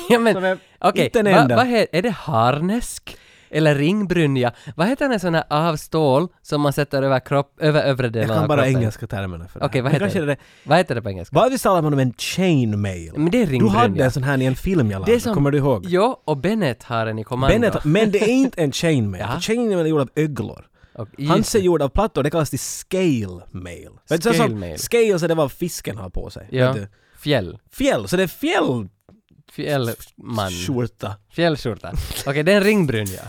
ja, men,
Som är-
okej,
inte en
va-
enda.
vad he- är det harnesk? Eller ringbrynja? Vad heter en sån här av stål som man sätter över kropp, över övre delen
Jag
av
kan bara
kroppen?
engelska termerna för det
Okej,
här.
vad
Men kanske
heter det?
är det?
Vad heter det på engelska?
Vad vi talar man om en chainmail?
Men det är
Du
ringbrynja.
hade en sån här i en film jag
Det är
lärde,
som-
kommer du ihåg?
Ja, och Bennett har en i kommando.
Bennett, men det är inte en chainmail.
Ja.
för Chainmail är gjord av öglor.
Och
Hans är
just-
gjord av plattor, det kallas till scale mail. Men så
Scale
som-
mail.
Scale, så det var fisken har på sig.
Ja.
Vet du?
Fjäll.
Fjäll, så det är fjällskjorta.
Fjällman. Fjällskjorta. Okej, det är en ringbrynja.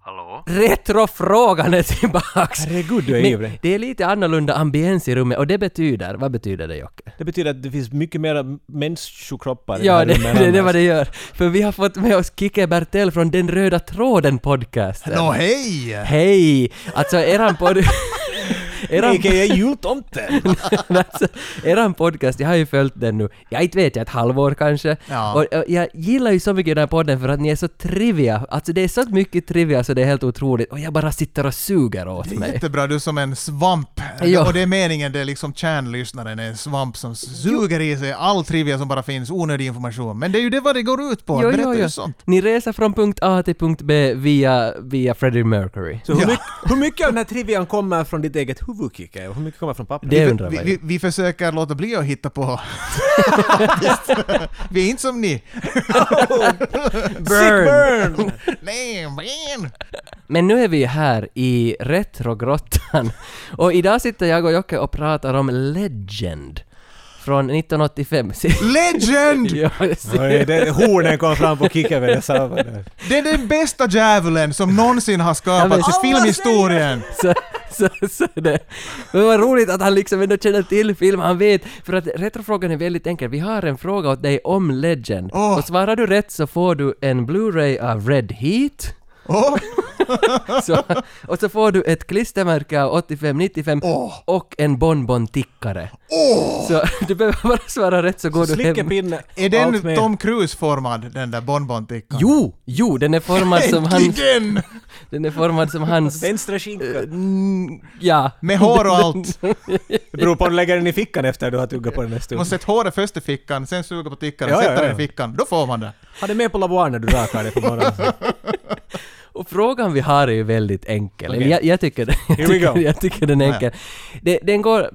Hallå? Retrofrågan är tillbaks!
Herregud, du är
Men
ivrig.
det är lite annorlunda ambiens i rummet och det betyder, vad betyder det Jocke?
Det betyder att det finns mycket mera människokroppar i
Ja,
här
det,
rummet
det, det är
annars.
vad det gör. För vi har fått med oss Kike Bertel från Den Röda Tråden podcasten.
Nå hej!
Hej! Alltså eran podd... eran,
A.k.a. jultomten!
alltså, eran podcast, jag har ju följt den nu, jag inte vet jag, ett halvår kanske.
Ja.
Och, och jag gillar ju så mycket den här podden för att ni är så trivia. Alltså det är så mycket trivia så det är helt otroligt. Och jag bara sitter och suger åt
Det är
mig.
jättebra, du är som en svamp.
Ja.
Och det är meningen, det är liksom kärnlyssnaren är en svamp som suger i sig all trivia som bara finns, onödig information. Men det är ju det vad det går ut på, berätta ju sånt.
Ni reser från punkt A till punkt B via, via Freddie Mercury.
Så hur, mycket, hur mycket av den här trivian kommer från ditt eget huvud, Kikki? Och hur mycket kommer från papper?
Det undrar
Vi,
man ju.
vi, vi försöker låta bli att hitta på. vi är inte som ni.
burn!
Nej, man.
Men nu är vi här i Retrogrottan och idag sitter jag och Jocke och pratar om Legend från 1985.
Legend!
Ja, jag ser.
Oj, det, hornen kom fram på Kikki med detsamma. där.
Det är den bästa djävulen som någonsin har skapats i
Alla
filmhistorien.
så, så, så det. Men vad roligt att han liksom ändå känner till filmen, han vet. För att retrofrågan är väldigt enkel. Vi har en fråga åt dig om Legend.
Åh.
Och svarar du rätt så får du en Blu-ray av Red Heat.
Åh,
Så, och så får du ett klistermärke av 85-95
Åh.
och en bonbon-tickare. Så du behöver bara svara rätt så går du hem.
Slickepinne,
är
allt
den
med.
Tom Cruise-formad, den där bonbon-tickan?
Jo, jo, den är formad som hans...
Äntligen!
Den är formad som hans...
Vänstra skinkan.
Mm, ja.
Med hår och allt.
Det beror på om du lägger den i fickan efter du har tuggat på den en stund.
Måste sätta håret först i fickan, sen suga på tickan och
Ja, ja,
sätta
ja.
den i fickan. Då får man det.
Ha det med på laboar när du rakar dig på morgonen.
Och frågan vi har är ju väldigt enkel. Eller
Okej.
Jag, jag, tycker, den- jag,
Here we
tycker,
go.
jag tycker den är enkel. Det, den går...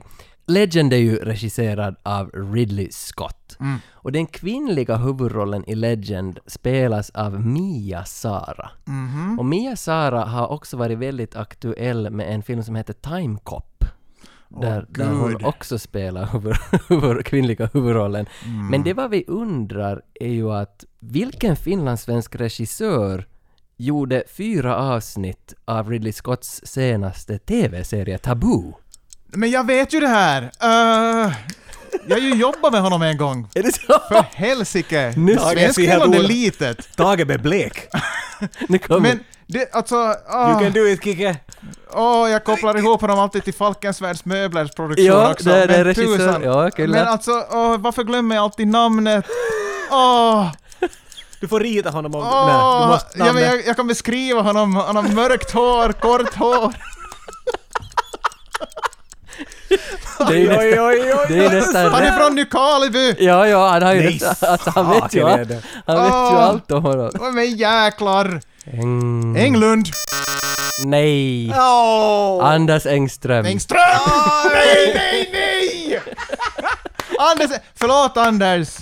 Legend är ju regisserad av Ridley Scott.
Mm.
Och den kvinnliga huvudrollen i Legend spelas av Mia Sara.
Mhm.
Och Mia Sara har också varit väldigt aktuell med en film som heter Time Cop. Där, där hon
gud.
också spelar huvud, huvud, kvinnliga huvudrollen.
Mm.
Men det vad vi undrar är ju att vilken finlandssvensk regissör gjorde fyra avsnitt av Ridley Scotts senaste TV-serie Tabu?
Men jag vet ju det här! Eh, jag har ju jobbat med honom en gång.
Är det så?
För helsike!
Tage ser helt
Svenskfinland är
ol-
litet. Ah.
Tage blir blek.
Nu kommer...
Men det, alltså...
You
ah,
can do it, Kikki.
Åh, jag kopplar ihop honom alltid till Falkensvärds möblers produktion
Ja,
också.
det är- det är
Men
regissör.
tusan.
Ja, kul.
Men alltså, åh, varför glömmer jag alltid namnet? Åh!
Du får rita honom om...
Åh,
Nej, du måste...
Ah, ja, men jag, jag kan beskriva honom. Han har mörkt hår, kort hår.
Det är ju nästan...
oj, oj!
Det är nästan
Han är från Nykarleby!
Ja, ja, han har ju...
Nej,
nästan- Alltså, han vet ju
saken är
allt.
det. Ah.
Han vet ju
Åh.
allt om honom.
Åh, Men jäklar!
Eng...
Englund!
Nej! Anders Engström.
Engström! Mm. Ah, nej, nej, nej! Anders, förlåt Anders!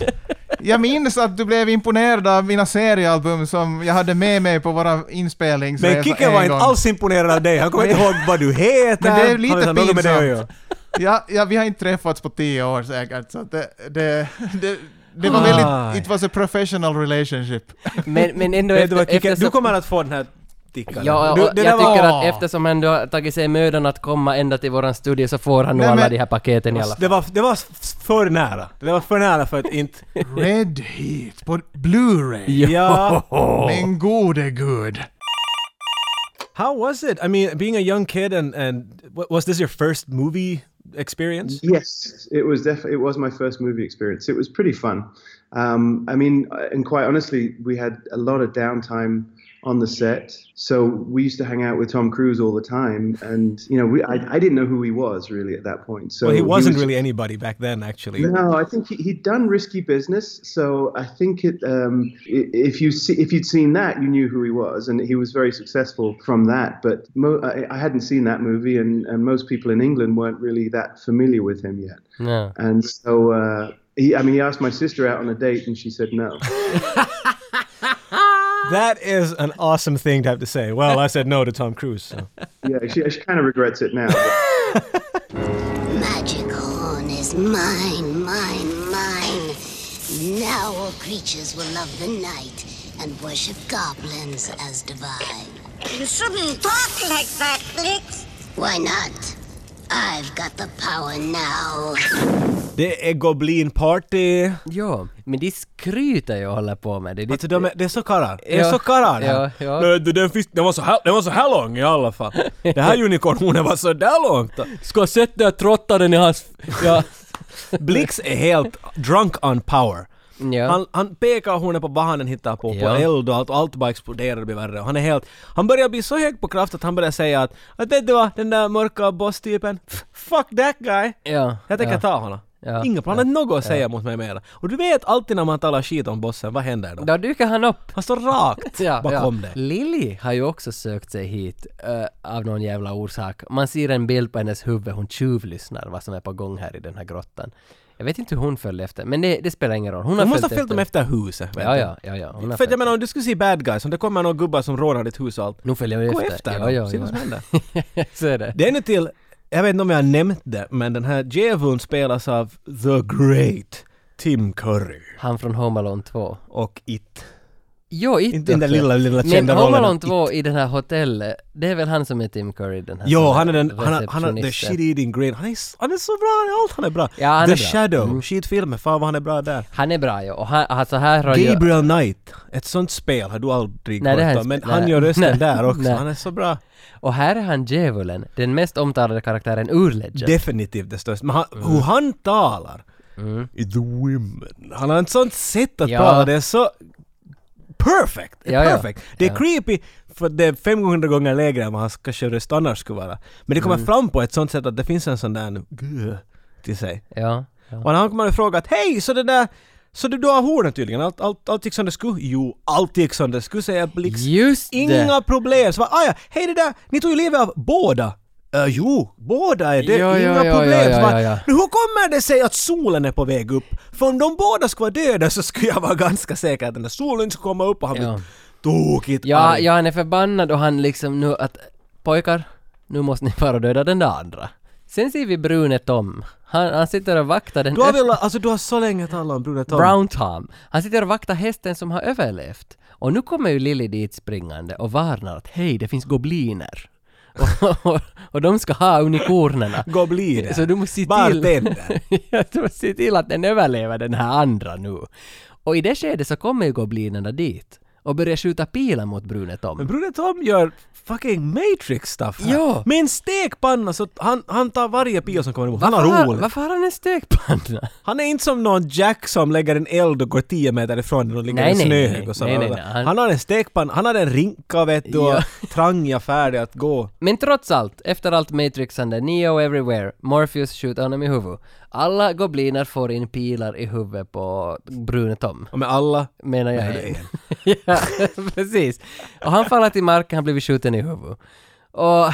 Jag minns att du blev imponerad av mina seriealbum som jag hade med mig på våra inspelningsresor
Men Kikki var
en
inte
gång.
alls imponerad av dig, han kommer inte ihåg vad du heter.
Men det är
Han
lite
vet inte något med det att
pinsamt. Ja, ja, vi har inte träffats på tio år säkert, så att det, det, det, det var väldigt...
Aj.
It was a professional relationship.
Men, men ändå
göra. Vet du vad
efter,
Kikki, du
eftersom-
kommer att få den här tickan.
Ja, och
Du- det
jag
där var-
tycker att eftersom han då har tagit sig mödan att komma ända till våran studio så får han nog
Nej,
alla
men-
de här paketen i alla
Det
fall.
var, det var f- för nära. Det var för nära för att inte...
Red Heat på Blu-ray.
Ja.
Men gode gud.
How was it? I mean, being a young kid and, and wa- was this your first movie experience?
Yes, it was def- it was my first movie experience. It was pretty fun. Um, I mean, uh, and quite honestly, we had a lot of downtime on the set, so we used to hang out with Tom Cruise all the time, and you know, we I, I didn't know who he was really at that point. So
Well, he wasn't
was-
really anybody back then, actually.
No, I think he, he'd done risky business, so I think it. Um, i- if you see, if you'd seen that, you knew who he was, and he was very successful from that. But mo- I, I hadn't seen that movie, and, and most people in England weren't really that familiar with him yet.
Ja.
And so, uh, he, I mean, he asked my sister out on a date, and she said no.
That is an awesome thing to have to say. Well, I said no to Tom Cruise. So.
yeah, she, she kind of regrets it now. but-
Magic horn is mine, mine, mine. Now all creatures will love the night and worship goblins as divine.
You shouldn't talk like that, Blix.
Why not? I've got the power now.
Det är Goblin Party.
ja, men de skryter ju och håller på med det. De,
Alltså de är, det är så karlar. Det är
Ja.
så karlar.
Ja, ja.
Nej, det- Den, finns, den, var så här, den var så här lång i alla fall. Det här unicornhornet var så där långt.
ska ha sett den här trottaren i hans... Ja.
Blix är helt drunk on power.
ja.
Han, han pekar hornet på vad han hittar på,
Ja.
på eld och allt, och allt bara exploderar och blir värre. Och han är helt... Han börjar bli så hög på kraft att han börjar säga att, att vet du vad, den där mörka bosstypen, f- fuck that guy!
ja.
Jag tänker
ja.
ta honom.
Ja.
Inga planer, något att säga mot mig mera. Och du vet alltid när man talar skit om bossen, vad händer då?
Då dyker han upp.
Han står rakt
Ja,
bakom
ja.
dig.
Lily har ju också sökt sig hit eh, av någon jävla orsak. Man ser en bild på hennes huvud, hon tjuvlyssnar vad som är på gång här i den här grottan. Jag vet inte hur hon följde efter, men det, det spelar ingen roll. Hon har
Du måste ha
följt
följt dem efter huset. vet
Ja,
du.
ja, ja, ja. Hon har
För att
följt
jag menar om du skulle se bad guys, om det kommer några gubbar som rånar ditt hus och allt.
Nu följer vi
Gå
efter.
efter
ja,
dem,
ja,
se vad som händer.
ja. Så är det.
Det är nu till, jag vet inte om jag har nämnt det, men den här djävulen spelas av The Great Tim Curry
Han från Home Alone 2.
och It.
Jo, It
Inte den där
också.
lilla, lilla
Men
kända
Home
rollen av
Alone
It.
2 i den här hotellet, det är väl han som är Tim Curry den här som
Jo,
är
han är den, han har, han har the
receptionisten.
shit eating green. Han är, s- han är så bra i allt, han är bra.
Ja, han
the
är bra.
Shadow,
Mm.
skitfilmen, fan vad han är bra där.
Han är bra ju, och han, alltså här har ju...
Gabriel Knight, ett sånt spel har du aldrig
Nej, det här
hört
är
om,
sp-
men
nej,
han gör
nej.
rösten där också,
Nej.
han är så bra.
Och här är han djävulen, den mest omtalade karaktären ur Legend.
Definitivt det största, men han,
Mm.
hur han talar i The Women, han har ett sånt sätt att
Ja.
tala, det är så perfect! Det är
Ja, ja.
perfect. Det är creepy för det är 500 gånger lägre än vad hans kanske röst annars skulle vara. Men det kommer
Mm.
fram på ett sånt sätt att det finns en sån där "Gah" till sig.
Ja. ja.
Och när han kommer och frågar att hej, så det där så du, du har hornet tydligen, allt, allt, allt gick som det skulle? Jo, allt gick som det skulle, säger Blix.
Just
Inga problem! Så bara, "Ah, ja, hej det där, ni tog ju livet av båda! "Äh, jo, båda är det,
Ja, ja,
inga
ja,
problem!
ja, ja,
Så bara,
ja, ja.
"Nu, Hur kommer det sig att solen är på väg upp? För om de båda skulle vara döda så skulle jag vara ganska säker att den där solen skulle komma upp och han blir
Ja.
tokigt
Ja,
arg.
ja, han är förbannad och han liksom nu att pojkar, nu måste ni bara döda den där andra. Sen ser vi Brune Tom. Han, han sitter och vaktar den
Du har
öst-
väl, alltså du har så länge talat om Bruna Tom.
Brown Tom. Han sitter och vaktar hästen som har överlevt. Och nu kommer ju Lily dit springande och varnar att hej, det finns gobliner. och, och, och de ska ha unikornerna.
Gobliner.
Så du måste se till...
Bartender.
ja, du måste se till att den överlever den här andra nu. Och i det skedet så kommer ju goblinerna dit. och börjar skjuta pilar mot Brune Tom.
Men Brune Tom gör fucking Matrix stuff här.
Ja.
Med en stekpanna så att han, han tar varje pil som kommer emot. Han har
Varför
roligt.
Varför har han en stekpanna?
Han är inte som någon Jack som lägger en eld och går 10 meter ifrån den och ligger
Nej,
i en
nej,
snöhög
nej.
och så.
Nej, nej, nej. Han-
Han har en stekpanna, han har en rinka vet du och
Ja.
tranja färdig att gå.
Men trots allt, efter allt Matrixande, Neo everywhere, Morpheus skjuter honom i huvudet. Alla gobliner får in pilar i huvudet på Brune Tom,
Och med alla...
menar jag.
Nej, det är en.
ja, precis. Och han faller till marken, han blir skjuten i huvudet. Och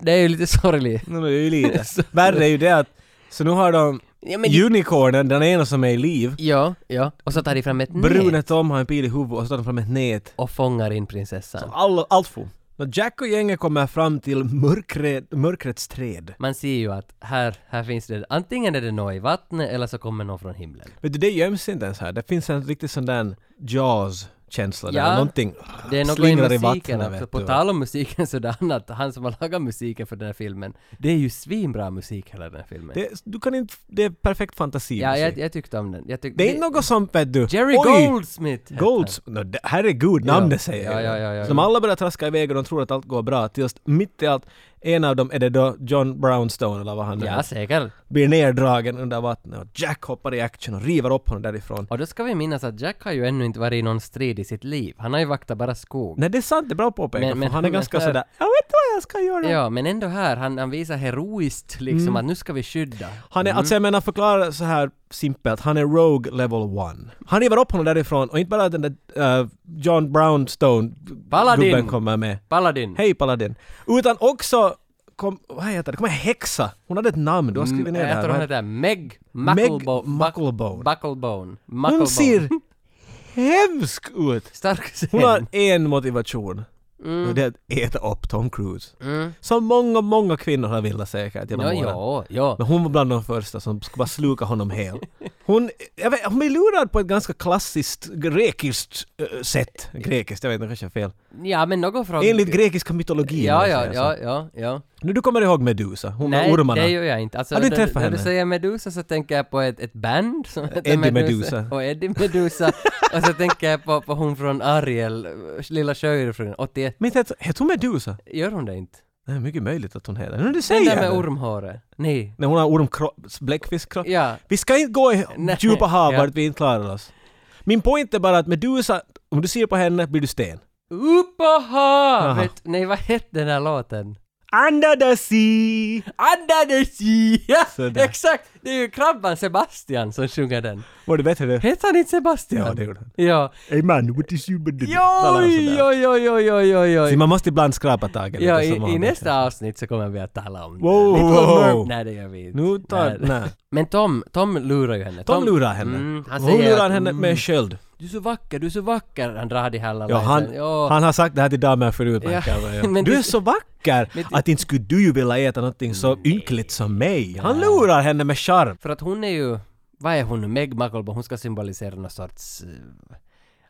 det är ju lite sorgligt.
Nej, men det är ju lite. Värre är ju det att... Så nu har de
Ja, men det-
unicornen, den ena som är i liv.
Ja, ja. Och så tar de fram ett
Brune
nät
Tom har en pil i huvudet och så tar de fram ett nät.
och fångar in prinsessan.
All, allt får. När Jack och gänget kommer fram till mörkret, mörkrets träd.
Man ser ju att här, här finns det, antingen är det någon i vattnet eller så kommer någon från himlen.
Vet du, det göms inte ens här. Det finns en riktigt sån där Jaws-känsla där.
Ja.
Någonting
Det är något i
slingrar i
musiken
vattnet
också.
vet
På
du.
tal om musiken så är det annat, han som har lagat musiken för den här filmen, det är ju svinbra musik hela den här filmen.
Det, du kan inte... Det är perfekt fantasi.
ja, jag, jag tyckte om den. Jag tyck,
det är något som vet du...
Jerry
Oj!
Goldsmith hette
Golds... No, det- herregud, namnet säger
Ja,
jag.
ja, ja, ja,
Så
ja.
de alla börjar traska iväg och de tror att allt går bra. Tills mitt i allt, en av dem är det då John Brownstone eller vad han
han.
nu
Ja, säkert.
blir nerdragen under vattnet och Jack hoppar i action och river upp honom därifrån.
Och då ska vi minnas att Jack har ju ännu inte varit i någon strid i sitt liv. Han har ju vaktat bara skog.
Nej det är sant, det är bra påpekat
Men-
för
men-
han är
men
ganska
där-
sådär ”Jag vet vad jag ska göra”.
Ja, men ändå här, han, han visar heroiskt liksom
Mm.
att nu ska vi skydda.
Han är, alltså jag menar förklara så här simpelt, han är Rogue level 1. Han river upp honom därifrån och inte bara den där eh, John Brownstone
Paladin.
gubben kommer med.
Paladin!
Hej Paladin! Utan också, kom, vad heter det, kommer en häxa! Hon hade ett namn, du har skrivit ner det
Mm, jag
här.
tror hon
va?
heter Meg
Meg
Mucklebo-
Mucklebone.
Bucklebone.
Hon
Mucklebone.
ser hemsk ut!
Stark scen.
Hon har en motivation.
Mm.
Och det är att äta upp Tom Cruise. Som många, många kvinnor har velat säkert genom
Ja,
åren.
ja, ja.
Men hon var bland de första som skulle bara sluka honom hel. Hon, jag vet, hon blev lurad på ett ganska klassiskt grekiskt eh, sätt. Grekiskt, jag vet inte, kanske är fel.
Ja, men något från...
Enligt grekiska mytologin. om
Ja,
man
ja,
säger så.
ja, ja, ja.
Nu du kommer ihåg Medusa, hon med ormarna.
det gör jag inte. Alltså,
Har du inte
när-
träffat
När
henne?
du säger Medusa så tänker jag på ett, ett band som heter
Eddie Medusa.
Och Eddie Medusa. och så tänker jag på, på hon från Ariel, Lilla Sjöjungfrun, 81.
Men inte, hette hon Medusa?
Gör hon det inte?
Det är mycket möjligt att hon heter. Nu du
Den där
säger
med
det.
ormhåret. Nej.
När hon har ormkropp, bläckfiskkropp.
Ja.
Vi ska inte gå i
Nej.
djupa hav
Ja.
vart vi inte klarar oss. Min point är bara att Medusa, om du ser på henne blir du sten.
Upp och havet! Nej, vad hette den här låten?
Under the sea!
Under the sea! Ja,
Sådär.
exakt! Det är ju krabban Sebastian som sjunger den.
Var det bättre det?
Heter han inte Sebastian?
Ja, det gjorde han.
Ja.
Hey man, what is you been doing? Alla de
Oj,
sådär.
oj, oj, oj, oj, oj, oj.
Så man måste ibland skrapa taget
Ja,
lite
i,
som man
i
har
nästa
börjat.
avsnitt så kommer vi att tala om
Wow,
det. Little
wow.
Mermaid- Nej, det gör vi inte.
Nu tar...
Nej.
Nej.
Men Tom, Tom lurar ju henne.
Tom lurar henne.
Mm, han
Hon
säger
lurar
att,
henne
mm,
med en sköld.
Du är så vacker, du är så vacker. Han drar de här alla
Ja, han,
lines. Ja.
han har sagt det här till damer förut märker jag.
Ja,
ja.
men
Du
det-
är så vacker!
Men det-
Att inte skulle du ju vilja äta någonting
Mm.
så ynkligt som mig. Han lurar henne med charm.
För att hon är ju, vad är hon nu? Meg Mucklebone, hon ska symbolisera någon sorts... eh,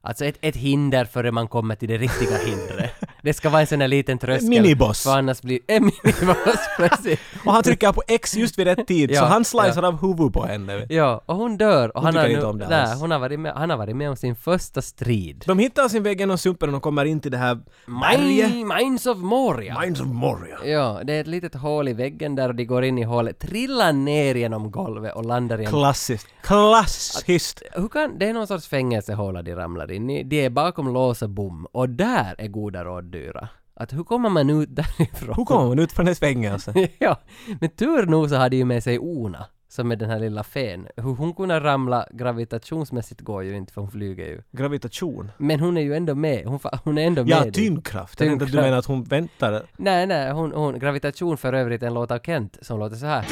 Alltså ett, ett hinder före man kommer till det riktiga hindret. Det ska vara en sån här liten tröskel.
Miniboss.
För annars blir... En miniboss, precis.
Och han trycker på X just vid rätt tid, så
Ja,
han slicear av huvudet på henne. vet du.
Ja, och hon dör. Och han
tycker
har,
inte om det
nej,
alls.
hon har varit med, han har varit med om sin första strid.
De hittar sin väg genom sumpen och de kommer in till det här berget.
Mine, Mines of Moria!
Minds of Moria.
Ja, det är ett litet hål i väggen där och de går in i hålet, trillar ner genom golvet och landar i en...
Klassiskt. Klassiskt!
Hur kan... Det är någon sorts fängelsehåla de ramlar in i. De är bakom lås och bom och där är goda råd dyra. Att hur kommer man ut därifrån?
Hur kommer hon ut från hennes fängelse?
ja, men tur nog så hade ju med sig Ona, som är den här lilla fen. Hur hon kunde ramla gravitationsmässigt går ju inte för hon flyger ju.
Gravitation. Men
Men hon är ju ändå med. Hon, fa- hon är ändå med.
ja,
dit.
tyngdkraft. Jag tänkte att Du
Tyngdkraft.
menar att hon väntar?
Nej, nej, hon, hon, gravitation för övrigt en låt av Kent som låter så här.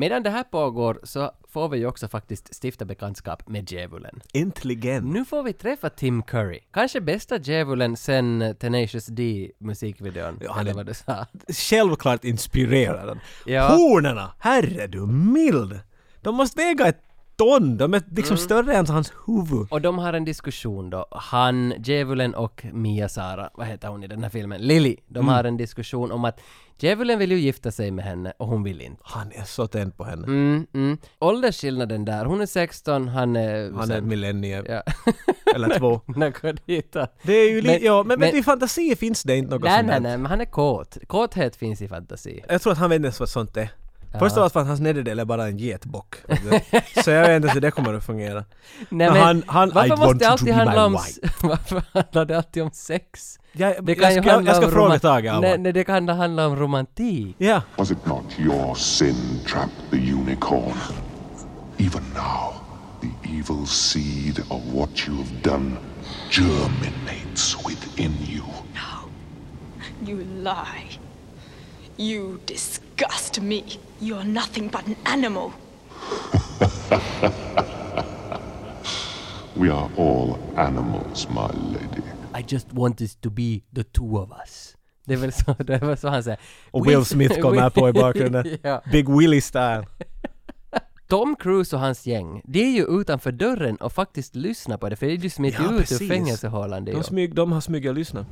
Medan det här pågår så får vi ju också faktiskt stifta bekantskap med djävulen.
Äntligen!
Nu får vi träffa Tim Curry. Kanske bästa djävulen sen Tenacious D musikvideon.
Ja, han
eller
är-
vad du sa.
Självklart inspirerad.
Ja.
Hornerna! Herre du mild! De måste väga ett ton! De är liksom
Mm.
större än hans huvud.
Och de har en diskussion då, han, djävulen och Mia-Sara, vad heter hon i den här filmen? Lily.
Mm.
De har en diskussion om att djävulen vill ju gifta sig med henne och hon vill inte.
Han är så tänd på henne.
Mm, mm. Åldersskillnaden där, hon är 16, han är...
Han är ett millennium.
Ja.
Eller två.
Något ditåt.
Det är ju li-
Men-
ja, men, men,
men-
i fantasi finns det inte något
Nej,
sånt
nej,
där.
nej, men han är kåt. Kåthet finns i fantasi.
Jag tror att han vet inte ens vad sånt är. Först av allt för att hans nederdel är bara en getbock. så jag vet inte hur det kommer att fungera.
Nej,
Men han- han- I
varför
want
måste
to
det alltid
be
handla
my
om... varför handlar det alltid om sex?
Jag,
Det
jag,
kan ju
ska, jag,
handla
ska
om
fråga
roman-
Tage Auer.
Nej, nej, det kan handla om romantik.
Ja.
Was it not your sin trapped the unicorn? Even now, the evil seed of what you have done germinates within you.
You lie. You disgust me. You're nothing but an animal.
We are all animals, my lady.
I just want this to be the two of us. Det är väl så, det är väl så han säger.
Och Will Smith kommer på i bakgrunden.
ja.
Big Willie style.
Tom Cruise och hans gäng, de är ju utanför dörren och faktiskt lyssnar på det, för de är ju smitt
Ja,
ut
precis.
ur fängelsehålan. det är
De,
ju.
smyg, de har smyga lyssnat.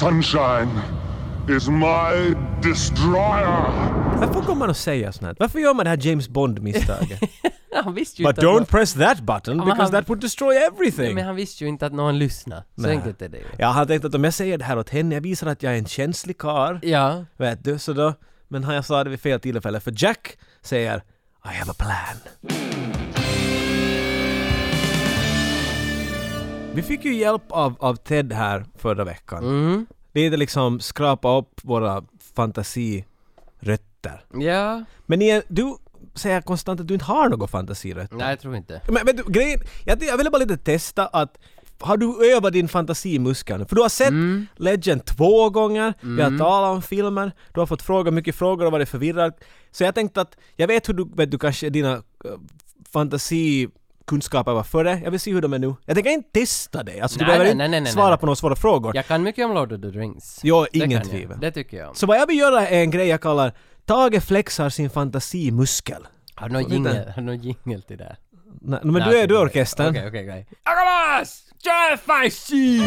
Sunshine is my destroyer.
Varför kommer man att säga sånt här? Varför gör man det här James Bond-misstaget?
Han visste ju
But
inte att
don't press that button
men
because
han-
that would destroy
någon,
everything!
Men han visste ju inte att någon lyssnar. Så
Nej.
enkelt är det ju.
Ja, han tänkte att om jag säger det här åt henne, jag visar att jag är en känslig karl.
Ja.
Vet du, så då... Men han jag sa det vid fel tillfälle, för Jack säger I have a plan. Vi fick ju hjälp av, av Ted här förra veckan.
Mm.
Lite liksom skrapa upp våra fantasirötter.
Ja.
Men igen, du säger konstant att du inte har några fantasirötter.
Nej, jag tror inte.
Men vet du, grejen, jag, jag ville bara lite testa att har du övat din fantasimuskel nu? För du har sett
Mm.
Legend två gånger, vi har talat om filmen, du har fått fråga mycket frågor och varit förvirrad. Så jag tänkte att, jag vet hur du, vet du kanske dina eh, fantasikunskaper var före, jag vill se hur de är nu. Jag tänker inte testa dig, alltså du
Nej,
behöver
nej,
inte
nej, nej, nej,
svara
nej.
på några svåra frågor.
Jag kan mycket om Lord of the Rings.
Jo,
Det
ingen
kan jag.
tvivel.
Det tycker jag.
Så vad jag vill göra är en grej jag kallar Tage flexar sin fantasimuskel.
Har du någon jingel? Har du någon jingel till det?
Nej, men du är, du är orkestern.
Okej, okej, okej. Agamas! Jeffy!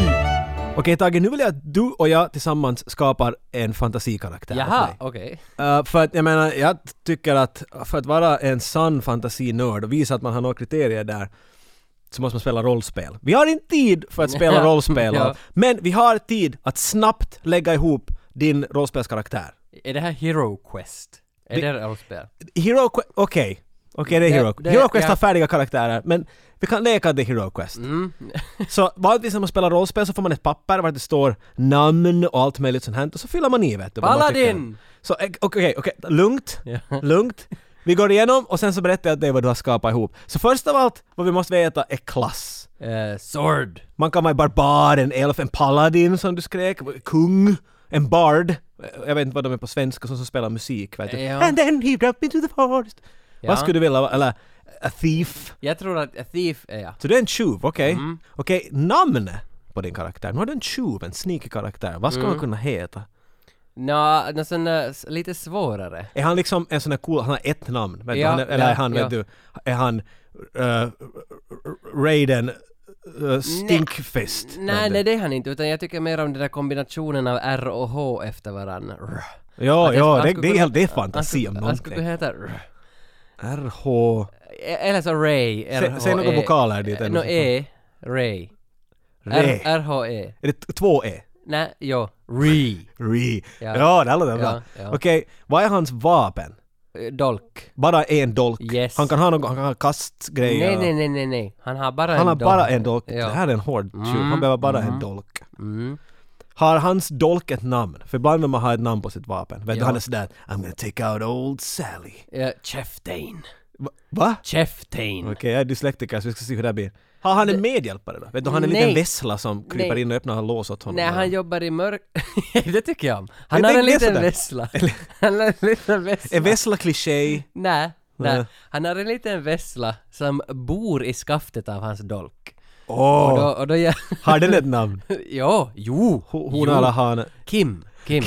Okej Tage, nu vill jag att du och jag tillsammans skapar en fantasikaraktär. åt
Jaha,
mig.
okej.
Eh, för att jag menar, jag tycker att för att vara en sann fantasinörd och visa att man har några kriterier där så måste man spela rollspel. Vi har inte tid för att spela
Ja,
rollspel,
ja.
men vi har tid att snabbt lägga ihop din rollspelskaraktär.
Är det här Hero Quest? Är det, rollspel?
Hero Quest, okej. Okej, det är
Det-
Hero
det-
Hero Quest
ja. Mm.
har färdiga karaktärer, men vi kan leka att det är Hero Quest. så vanligtvis när man spelar rollspel så får man ett papper där det står namn och allt möjligt sånt här, och så fyller man i vet du. vad man
Paladin!
tycker. Så eh, okej, okej, lugnt, lugnt. Vi går igenom och sen så berättar jag att det är vad du har skapat ihop. Så först av allt, vad vi måste veta är klass.
Eh, sword!
Man kan vara en barbar, en elf, en paladin som du skrek, kung, en bard. Jag vet inte vad de är på svenska som, som spelar musik. Vet du.
Ja.
And then he dropped into the forest.
Ja.
Vad skulle du vilja vara? Eller a thief.
Jag tror att a Thief är jag.
Så du är en tjuv, okej.
Mm.
Okej, namn på din karaktär. Nu har du en tjuv, en sneaky karaktär. Vad ska
Mm.
han kunna heta?
Nå, nå, sån, eh, s- lite svårare.
Är han liksom en sån där cool, han har ett namn, vet du,
Ja,
han är, eller
ja,
är han,
ja.
vet du, är han eh, Raiden eh, Stinkfist?
Nej, nej det är han inte, utan jag tycker mer om den där kombinationen av R och H efter varandra. R.
Ja,
Att jag-
ja,
han
det,
skulle
det, är,
kunna-
helt- det är
Han
fantasi
skulle-
om
Han skulle
någonting.
heta R.
RH...
E- Eller så Ray. E.
Sä- Säg några vokaler dit. eller
Nå,
så.
E. Ray.
Re.
E, R- R-H-E.
Är det t- två E?
Nej, jo. Re.
Re. Ja,
Ja.
det här låter bra.
Ja, ja.
Okej, vad är hans vapen?
Eh, Dolk.
Bara en dolk?
Yes.
Han kan ha någon, han kan ha kastgrejer.
Nej, nej, nej, nej, nej. Han har bara
Han
en
har
dolk.
bara en dolk.
Ja.
Det här är en hård tjuv. Han behöver bara en dolk.
Mm.
Har hans dolk ett namn? För ibland när man har ett namn på sitt vapen. Vet du,
Ja.
han är sådär I'm gonna take out old Sally.
Ja, Cheftain.
Va? Va?
Cheftain.
Okej, jag är dyslektiker så vi ska se hur det här blir. Har han en medhjälpare då? Vet du, han är en
Nej.
liten vessla som kryper
Nej.
in och öppnar lås åt honom.
Nej, han jobbar i mörk... det tycker jag om. Han
Jag
har en
tänkte
liten
sådär.
vessla. Han har en liten vessla.
Är vessla kliché?
Nej,
Nej.
nej. Han har en liten vessla som bor i skaftet av hans dolk.
Åh!
Och då, och då gör...
Har den ett namn?
ja, jo!
Ho- Hon
jo.
alla han.
Kim. Kim.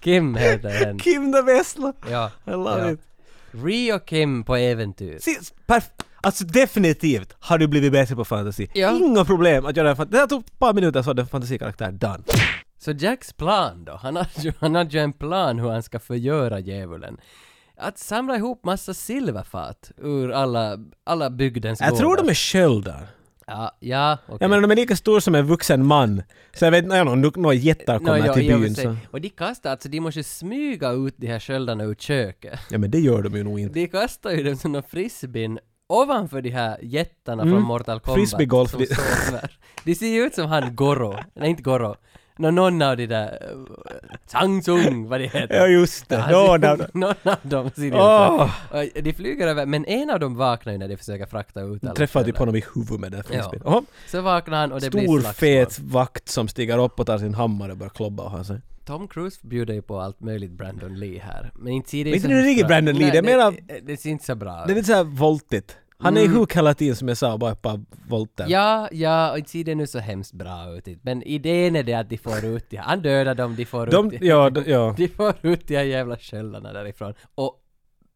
Kim heter den.
Kim the Vessla!
Ja.
I love
ja.
it.
Rio Kim på äventyr.
Se, perf- alltså definitivt har du blivit bättre på fantasi.
Ja.
Inga problem att göra fantasi. Det här tog ett par minuter så hade fantasikaraktär done.
Så Jacks plan då, han har, ju, han har ju en plan hur han ska förgöra djävulen. Att samla ihop massa silverfat ur alla, alla bygdens
Jag tror
gårdar.
de är sköldar.
Ja, ja okej.
Jag menar de är lika stora som en vuxen man. Så jag vet inte, no, några jättar kommer
Nå, ja,
till
jag vill
byn
säga-
så...
Och de kastar alltså, de måste smyga ut de här sköldarna ur köket.
Ja men det gör de ju nog inte.
De kastar ju dem som någon frisbeen ovanför de här jättarna från
Mm.
Mortal Kombat.
Frisbeegolf,
som
det-
sågar. De ser ju ut som han Goro. Nej, inte Goro. Nå, någon av de där... Changsung, vad det heter.
Ja just det,
Han
no,
ser-
no, no.
någon av dem ser ju ut
Åh.
så. Och De flyger över, men en av dem vaknar ju när de försöker frakta ut alla
Träffade typ
sköldarna.
honom i huvudet med det här
Ja.
frisbeen. Jaha.
Så vaknar han och det blir
Stor
slagsmål.
fet vakt som stiger upp och tar sin hammare och börjar klobba och ha sig.
Tom Cruise bjuder ju på allt möjligt Brandon Lee här. Men inte ser det
Men
ju
inte
så
det riktigt
bra-
Brandon Lee,
Nej,
det är
det, det ser inte så bra
Det är
ut.
lite såhär voltigt. Han är
Mm.
ju sjuk hela tiden som jag sa, bara ett par volter.
Ja, ja, och inte ser det nu så hemskt bra ut. inte. Men idén är det att de får ut det. Han dödar dem, de får
De,
ut det.
ja, de, ja.
De får ut de här jävla sköldarna därifrån. Och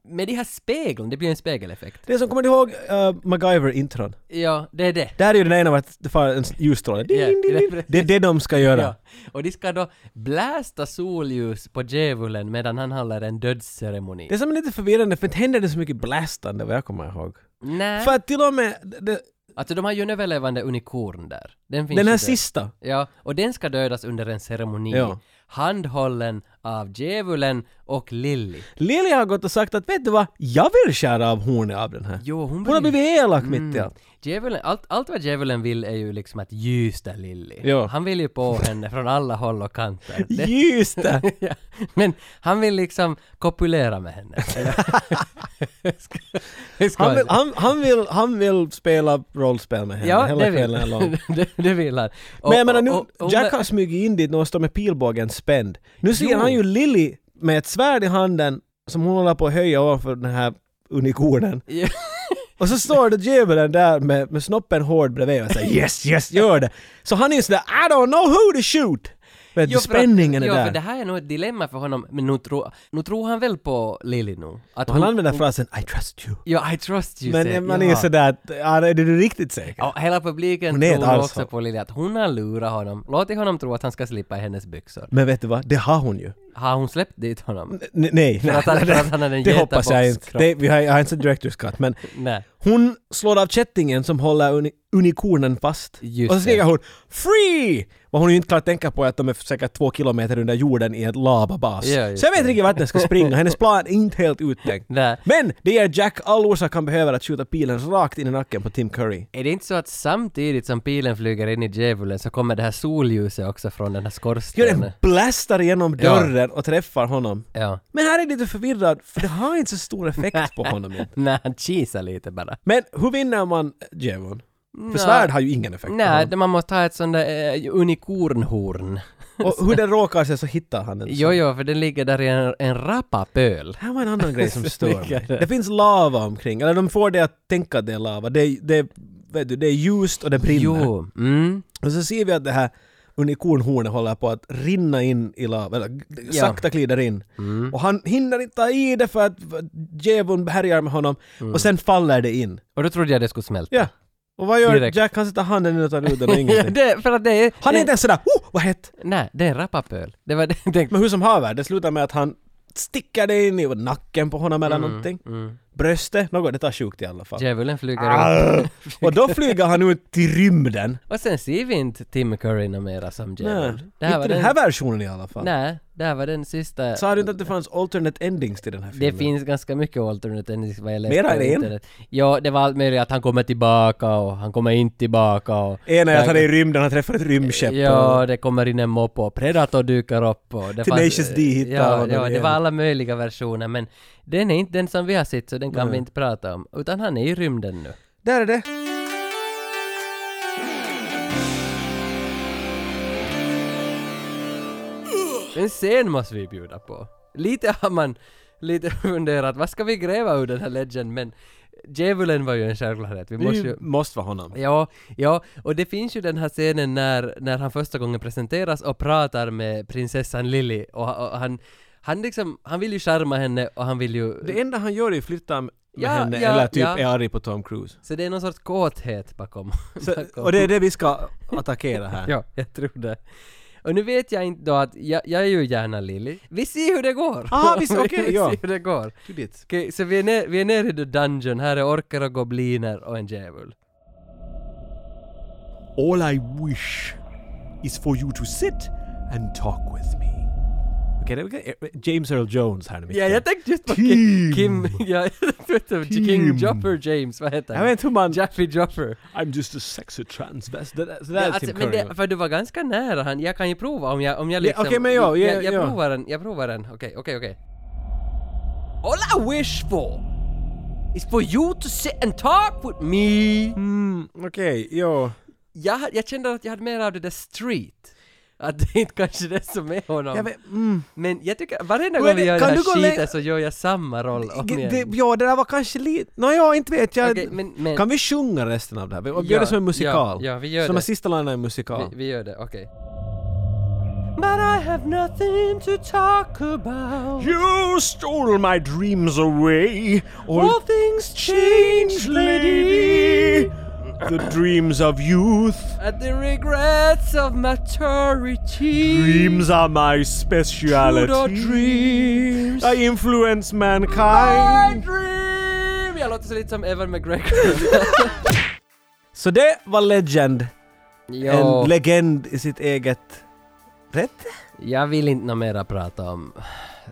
med de här speglarna, det blir en spegeleffekt.
Det som kommer du ihåg eh, MacGyver-intron?
Ja, det är det.
Där är ju den ena av att det far en ljusstråle. Ding,
Ja,
ding,
det är
ding.
precis.
Det är det de ska göra.
Ja. Och de ska då blästa solljus på djävulen medan han håller en dödsceremoni.
Det som är lite förvirrande, för inte händer det så mycket blastande vad jag kommer ihåg.
Nej.
För att till och med det,
Alltså de har ju en överlevande unikorn där. Den, finns
den
ju
här
där.
sista,
Ja, och den ska dödas under en ceremoni.
Ja.
Handhållen av djävulen och Lilly.
Lili har gått och sagt att vet du vad, jag vill skära av hornet av den här.
Jo, hon,
Hon har blivit elak mitt i
Mm.
allt.
Djävulen, allt, allt vad djävulen vill är ju liksom att ljusta Lilly.
Ja.
Han vill ju på henne från alla håll och kanter. Det-
Just det!
ja. Men han vill liksom kopulera med henne. Ska- ska
Han vill,
man-
han, han, vill, han vill spela rollspel med henne
Ja,
hela
det
kvällen lång.
vill, det, det vill han. Och-
Men jag menar nu,
och- och-
Jack har smugit in dit när hon står med pilbågen spänd. Nu ser
Jo.
han ju Lily med ett svärd i handen som hon håller på att höja ovanför den här unikornen.
Ja.
Och så står det djävulen där med, med snoppen hård bredvid och säger yes, yes, gör det. Så han är ju sådär I don't know who to shoot. Men
Jo, för att-
spänningen är
jo,
där.
för det här är nog ett dilemma för honom, men nu, tro, nu tror han väl på Lily nu? Att
Och han
hon-
använder
hon-
frasen I trust you.
Ja, I trust you, säger-
Men man är ju
ja.
sådär att, "Ja, är du riktigt säker?
Ja, hela publiken
Hon är alltså- ett
tror nog också
arshåll.
på Lilja att hon har lurat honom. Låtit honom tro att han ska slippa i hennes byxor.
Men vet du vad, det har hon ju.
Har hon släppt dit honom?
N- nej,
För att han- för att han hade en
det hoppas jag inte.
getabobskropp.
Det, vi har, jag har inte sett Directors Cut, men
Nej.
hon slår av kättingen som håller uni- unikornen fast.
Just
och så skriker
det.
hon ”Free!” Vad hon ju inte klart tänka på är att de är säkert två kilometer under jorden i ett lavabas.
Ja, just
så jag vet
det.
inte riktigt vart den ska springa, hennes plan är inte helt uttänkt.
Nej.
Men det ger Jack all orsak han behöver att skjuta pilen rakt in i nacken på Tim Curry.
Är det inte så att samtidigt som pilen flyger in i djävulen så kommer det här solljuset också från den här
Gör den
skorstenen?
blastar genom
Ja.
dörren och träffar honom.
Ja.
Men här är jag lite förvirrad, för det har inte så stor effekt på honom. ju.
Nej, han kisar lite bara.
Men hur vinner man djävulen? För
Nej.
svärd har ju ingen effekt. på
Nej,
honom.
det- man måste ha ett sånt där eh, unikornhorn.
Och hur den råkar sig så hittar han den.
Jo, jo, för den ligger där i en, en rapapöl.
Här var en annan grej som stör mig.
Snygga.
Det finns lava omkring, eller de får det att tänka att det är lava. Det, är- det, är- vet du, det är ljust och det brinner.
Jo, mm.
Och så ser vi att det här unikornhornet håller på att rinna in i lava, eller
Ja. Mm.
sakta glider in. Och han hinner inte ta i det för att djävulen härjar med honom.
Mm.
Och sen faller det in.
Och då trodde jag det skulle smälta.
Ja. Och vad gör
Direkt.
Jack? Han sätter handen in och tar ut den och
Ja,
ingenting.
det, för att det är...
Han är inte ens sådär oh, vad hett!
Nej, det är en rapapöl. Det var det jag tänkte.
Men hur som haver, det slutar med att han stickar det in i nacken på honom eller någonting.
Mm.
Bröstet, något, det tar sjukt i alla fall.
Djävulen flyger upp.
Ah! Och då flyger han ut till rymden.
Och sen ser vi inte Tim Curry något mera som
Nej,
djävul. Det här
inte
var
den
den...
här versionen i alla fall.
Nej, det här var den sista...
Sa du inte att det fanns alternate endings till den här
Det
filmen?
finns ganska mycket alternate endings vad jag läste
Mera
på
än en?
internet. Ja, det var allt möjligt att han kommer tillbaka och han kommer inte tillbaka och...
En är att han är i rymden, han träffar ett rymdskepp.
Ja,
och-
det kommer in en mopp och Predator dyker upp och... Det
Tenacious D hittar
ja,
honom
ja, det
igen.
var alla möjliga versioner men den är inte den som vi har sett så den kan vi inte prata om. Utan han är i rymden nu.
Där är det.
En scen måste vi bjuda på. Lite har man lite funderat, vad ska vi gräva ur den här legend? Men djävulen var ju en självklarhet. Vi
Det
måste ju...
måste vara honom.
Ja, ja, och det finns ju den här scenen när, när han första gången presenteras och pratar med prinsessan Lily och, och han Han liksom, han vill ju charma henne och han vill ju...
Det enda han gör är ju att flytta med
Ja,
henne
ja,
eller typ
ja.
är arg på Tom Cruise.
Så det är någon sorts kåthet bakom.
Så,
bakom.
och det är det vi ska attackera här.
Ja, jag tror det. Och nu vet jag inte då att, jag, jag är ju gärna Lily. Vi ser hur det går!
Ah, vi ser- okej,
vi
ja.
ser hur det går.
Du dit.
Okej, så vi är, ner, vi är nere i the dungeon, här är orkar och gobliner och en djävul.
All I wish is for you to sit and talk with me.
Okej, det är- James Earl Jones här nu.
Ja, jag tänkte just på Kim, Kim ja, jag tänkte på King Jopper James, vad heter han?
Jag vet hur man...
Jeffy Jopper.
I'm just a sexy transvest. Det där, så där är
Ja, alltså,
Tim
men
Curry.
det, för du var ganska nära han, jag kan ju prova om jag, om jag
Ja,
liksom...
okej, men ja, ja,
jag, jag
ja.
provar den, jag provar den. Okej, okej, okej. All I wish for is for you to sit and talk with me.
Mm, okej, ja.
Jag, jag kände att jag hade mer av det där street. Att det inte kanske det som är honom.
Jag vet- mm.
Men jag tycker varenda
Men
gång vi
det-
gör
kan
den här
du gå lä-
skiten så gör jag samma roll om
G-
igen.
Det, ja, det där var kanske lite... Nå, ja, inte vet jag.
Okej, men- men-
Kan vi sjunga resten av det här? Vi vi
Ja,
gör det som en musikal.
ja, ja, vi gör
som
det.
en sista linan är en musikal.
vi, vi gör det, okej. But I have nothing to talk about.
You stole my dreams away. All,
All things change, lady.
the dreams of youth.
At the regrets of maturity.
Dreams are my
Pseudo
speciality.
dreams.
I influence
My
mankind.
dream! Jag låter så lite som Evan McGregor.
Så det var Legend.
Jo.
En legend i sitt eget... Rätt?
jag vill inte nå mera prata om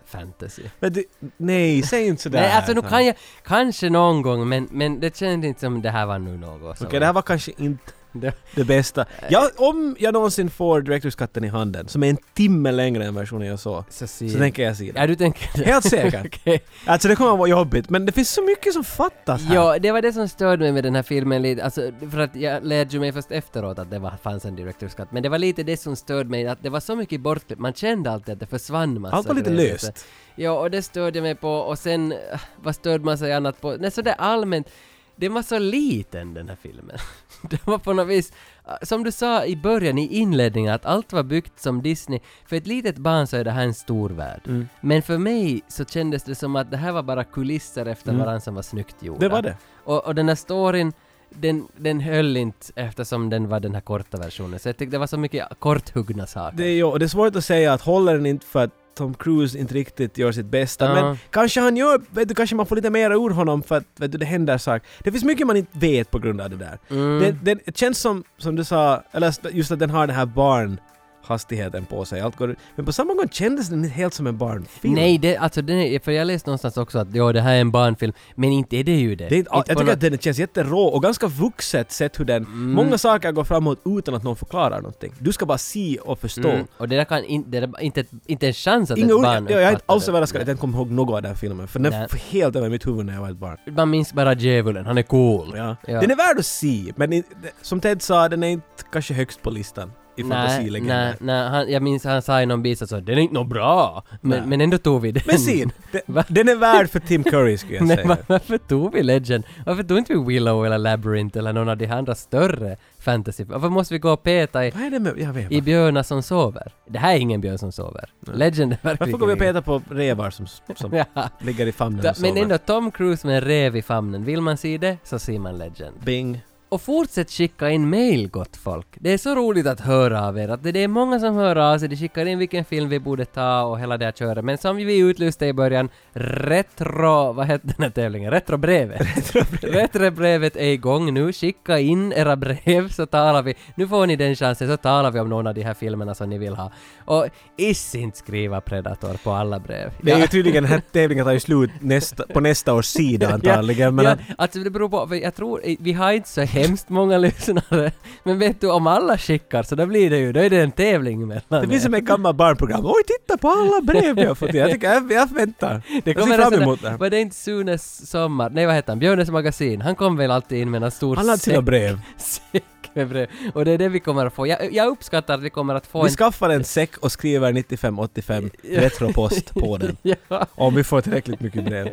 fantasy.
Men du, nej, säg inte sådär.
Nej, alltså nu kan jag kanske någon gång, men, men det kändes inte som det här var nu något. som-
Okej, det här var kanske inte
Det-
det bästa.
Eh.
Jag, om jag någonsin får Directors Cutten i handen, som är en timme längre än versionen jag såg,
så,
så tänker jag se det.
Ja, du tänker det.
Helt säkert.
Okej.
Alltså det kommer att vara jobbigt, men det finns så mycket som fattas här.
Ja, det var det som störde mig med den här filmen lite, alltså för att jag lärde ju mig först efteråt att det var, fanns en director's cut, men det var lite det som störde mig, att det var så mycket bortklippt, man kände alltid att alltså, det försvann massa
Allt var lite
grejer.
löst.
Ja, och det störde jag mig på, och sen, eh, vad störde man sig annat på? Nej, sådär allmänt, den var så liten den här filmen. Det var på något vis, eh, som du sa i början, i inledningen, att allt var byggt som Disney. För ett litet barn så är det här en stor värld.
Mm.
Men för mig så kändes det som att det här var bara kulisser efter
Mm.
varandra som var snyggt gjorda.
Det var det.
Och, och den här storyn, den, den höll inte eftersom den var den här korta versionen. Så jag tyckte det var så mycket korthuggna saker.
Det är, ju- och det är svårt att säga att håller den inte för att Tom Cruise inte riktigt gör sitt bästa,
Ja.
men kanske han gör, vet du, kanske man får lite mer ur honom för att vet du, det händer saker. Det finns mycket man inte vet på grund av det där.
Mm.
Det, det, det känns som, som du sa, eller just att den har den här barnhastigheten på sig. Allt går, men på samma gång kändes den inte helt som en barnfilm.
Nej, det, alltså den är, för jag läste någonstans också att ja, det här är en barnfilm, men inte är det ju det.
Det är, inte- jag
på
tycker
något- Mm.
att den känns jätterå och ganska vuxet sett hur den... Många saker går framåt utan att någon förklarar någonting. Du ska bara se och förstå.
Mm, och det där kan in, det där, inte, ett- inte en chans att
Inga
ett
ord,
barn
jag, jag är inte
uppfattar
alls
det.
överraskad att jag inte kommer ihåg något av den här filmen, för den
Nej.
var helt över mitt huvud när jag var ett barn.
Man minns bara djävulen, han är cool.
Ja.
Ja.
Den är värd att se, men i- som Ted sa, den är inte kanske högst på listan i
Nej, nej,
fantasilegender.
nej, han, jag minns han sa i någon bit så den är inte något bra.
Nej.
Men, men ändå tog vi den.
Men se,
Va?
den, den är värd för Tim Curry skulle jag
Men
säga.
var- varför tog vi Legend? Varför tog inte vi Willow eller Labyrinth eller någon av de andra större fantasy? Varför måste vi gå och peta i,
Vad är det med... Jag vet
i
inte.
björnar som sover? Det här är ingen björn som sover. Legend är verkligen
Varför går vi och
ingen.
petar på revar som, som
Ja.
ligger i famnen
Ta,
och
men
sover?
ändå, Tom Cruise med en räv i famnen. Vill man se det, så ser man Legend.
Bing.
Och fortsätt skicka in mail, gott folk. Det är så roligt att höra av er. Att det, det är många som hör av sig. De skickar in vilken film vi borde ta och hela det här köret. Men som vi utlyste i början, retro... Vad hette den här tävlingen? Retrobrevet. Retrobrevet är igång nu. Skicka in era brev så talar vi. Nu får ni den chansen, så talar vi om någon av de här filmerna som ni vill ha. Och iss inte skriva Predator på alla brev.
Det är
Ja.
ju tydligen, den här tävlingen tar ju slut nästa, på nästa års sida antagligen. Men
ja, alltså det beror på, för jag tror, eh, vi har inte så hemskt många lyssnare, men vet du om alla skickar så då blir det ju, då är det en tävling mellan
det blir
er.
som ett gammalt barnprogram. Oj, titta på alla brev jag har fått in. Jag tycker, jag, jag väntar.
Det
jag ser
en sån
fram
där-
emot det. här.
Var det inte Sunes sommar? Nej vad heter han? Björnes magasin. Han kom väl alltid in med en stor
Alla hade sina
säck-
brev.
Säck med brev. Och det är det vi kommer att få. Jag, jag uppskattar att vi kommer att få
Vi
en...
skaffar en säck och skriver 9585 retropost på den.
Ja.
Om vi får tillräckligt mycket brev.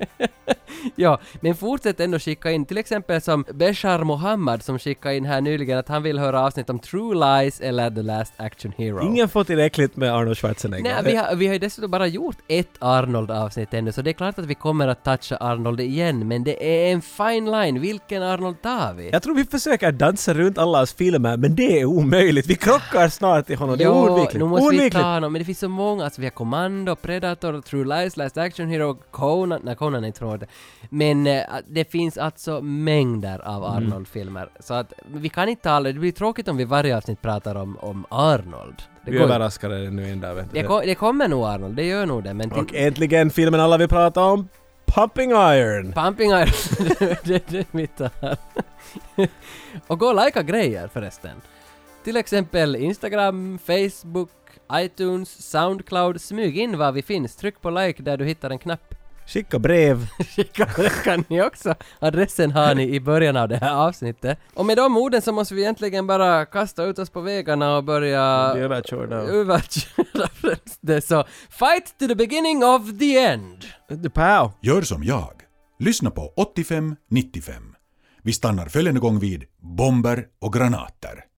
ja, men fortsätt ändå skicka in, till exempel som Beshar Mohammad som skickade in här nyligen att han vill höra avsnitt om True Lies eller The Last Action Hero.
Ingen får tillräckligt med Arnold Schwarzenegger.
Nej, vi har, vi har ju dessutom bara gjort ett Arnold-avsnitt ännu, så det är klart att vi kommer att toucha Arnold igen, men det är en fine line. Vilken Arnold tar vi?
Jag tror vi försöker dansa runt alla hans filmer, men det är omöjligt. Vi krockar snart i honom. Det är oundvikligt.
nu måste vi
Oundvikligt.
ta honom, men det finns så många. Alltså vi har Commando, Predator, True Lies, Last Action Hero, Conan, nej Conan är inte från det. Men eh, det finns alltså mängder av
Mm.
Arnold-filmer. Så att vi kan inte alla, det blir tråkigt om vi varje avsnitt pratar om, om Arnold. Det,
Vi
går-
överraskar er nu en dag. vet du.
det, ko- det kommer nog Arnold, det gör nog det, men till-
Och äntligen filmen alla vill prata om, Pumping Iron!
Pumping Iron, det är mitt här. Och gå och likea grejer förresten. Till exempel Instagram, Facebook, iTunes, Soundcloud. Smyg in var vi finns. Tryck på like där du hittar en knapp.
Skicka brev!
Skicka kan ni också. Adressen har ni i början av det här avsnittet. Och med de orden så måste vi egentligen bara kasta ut oss på vägarna och börja...
Bli överkörda.
Överkörda främst det så. Fight to the beginning of the end!
Pow!
Gör som jag. Lyssna på 85-95. Vi stannar följande gång vid bomber och granater.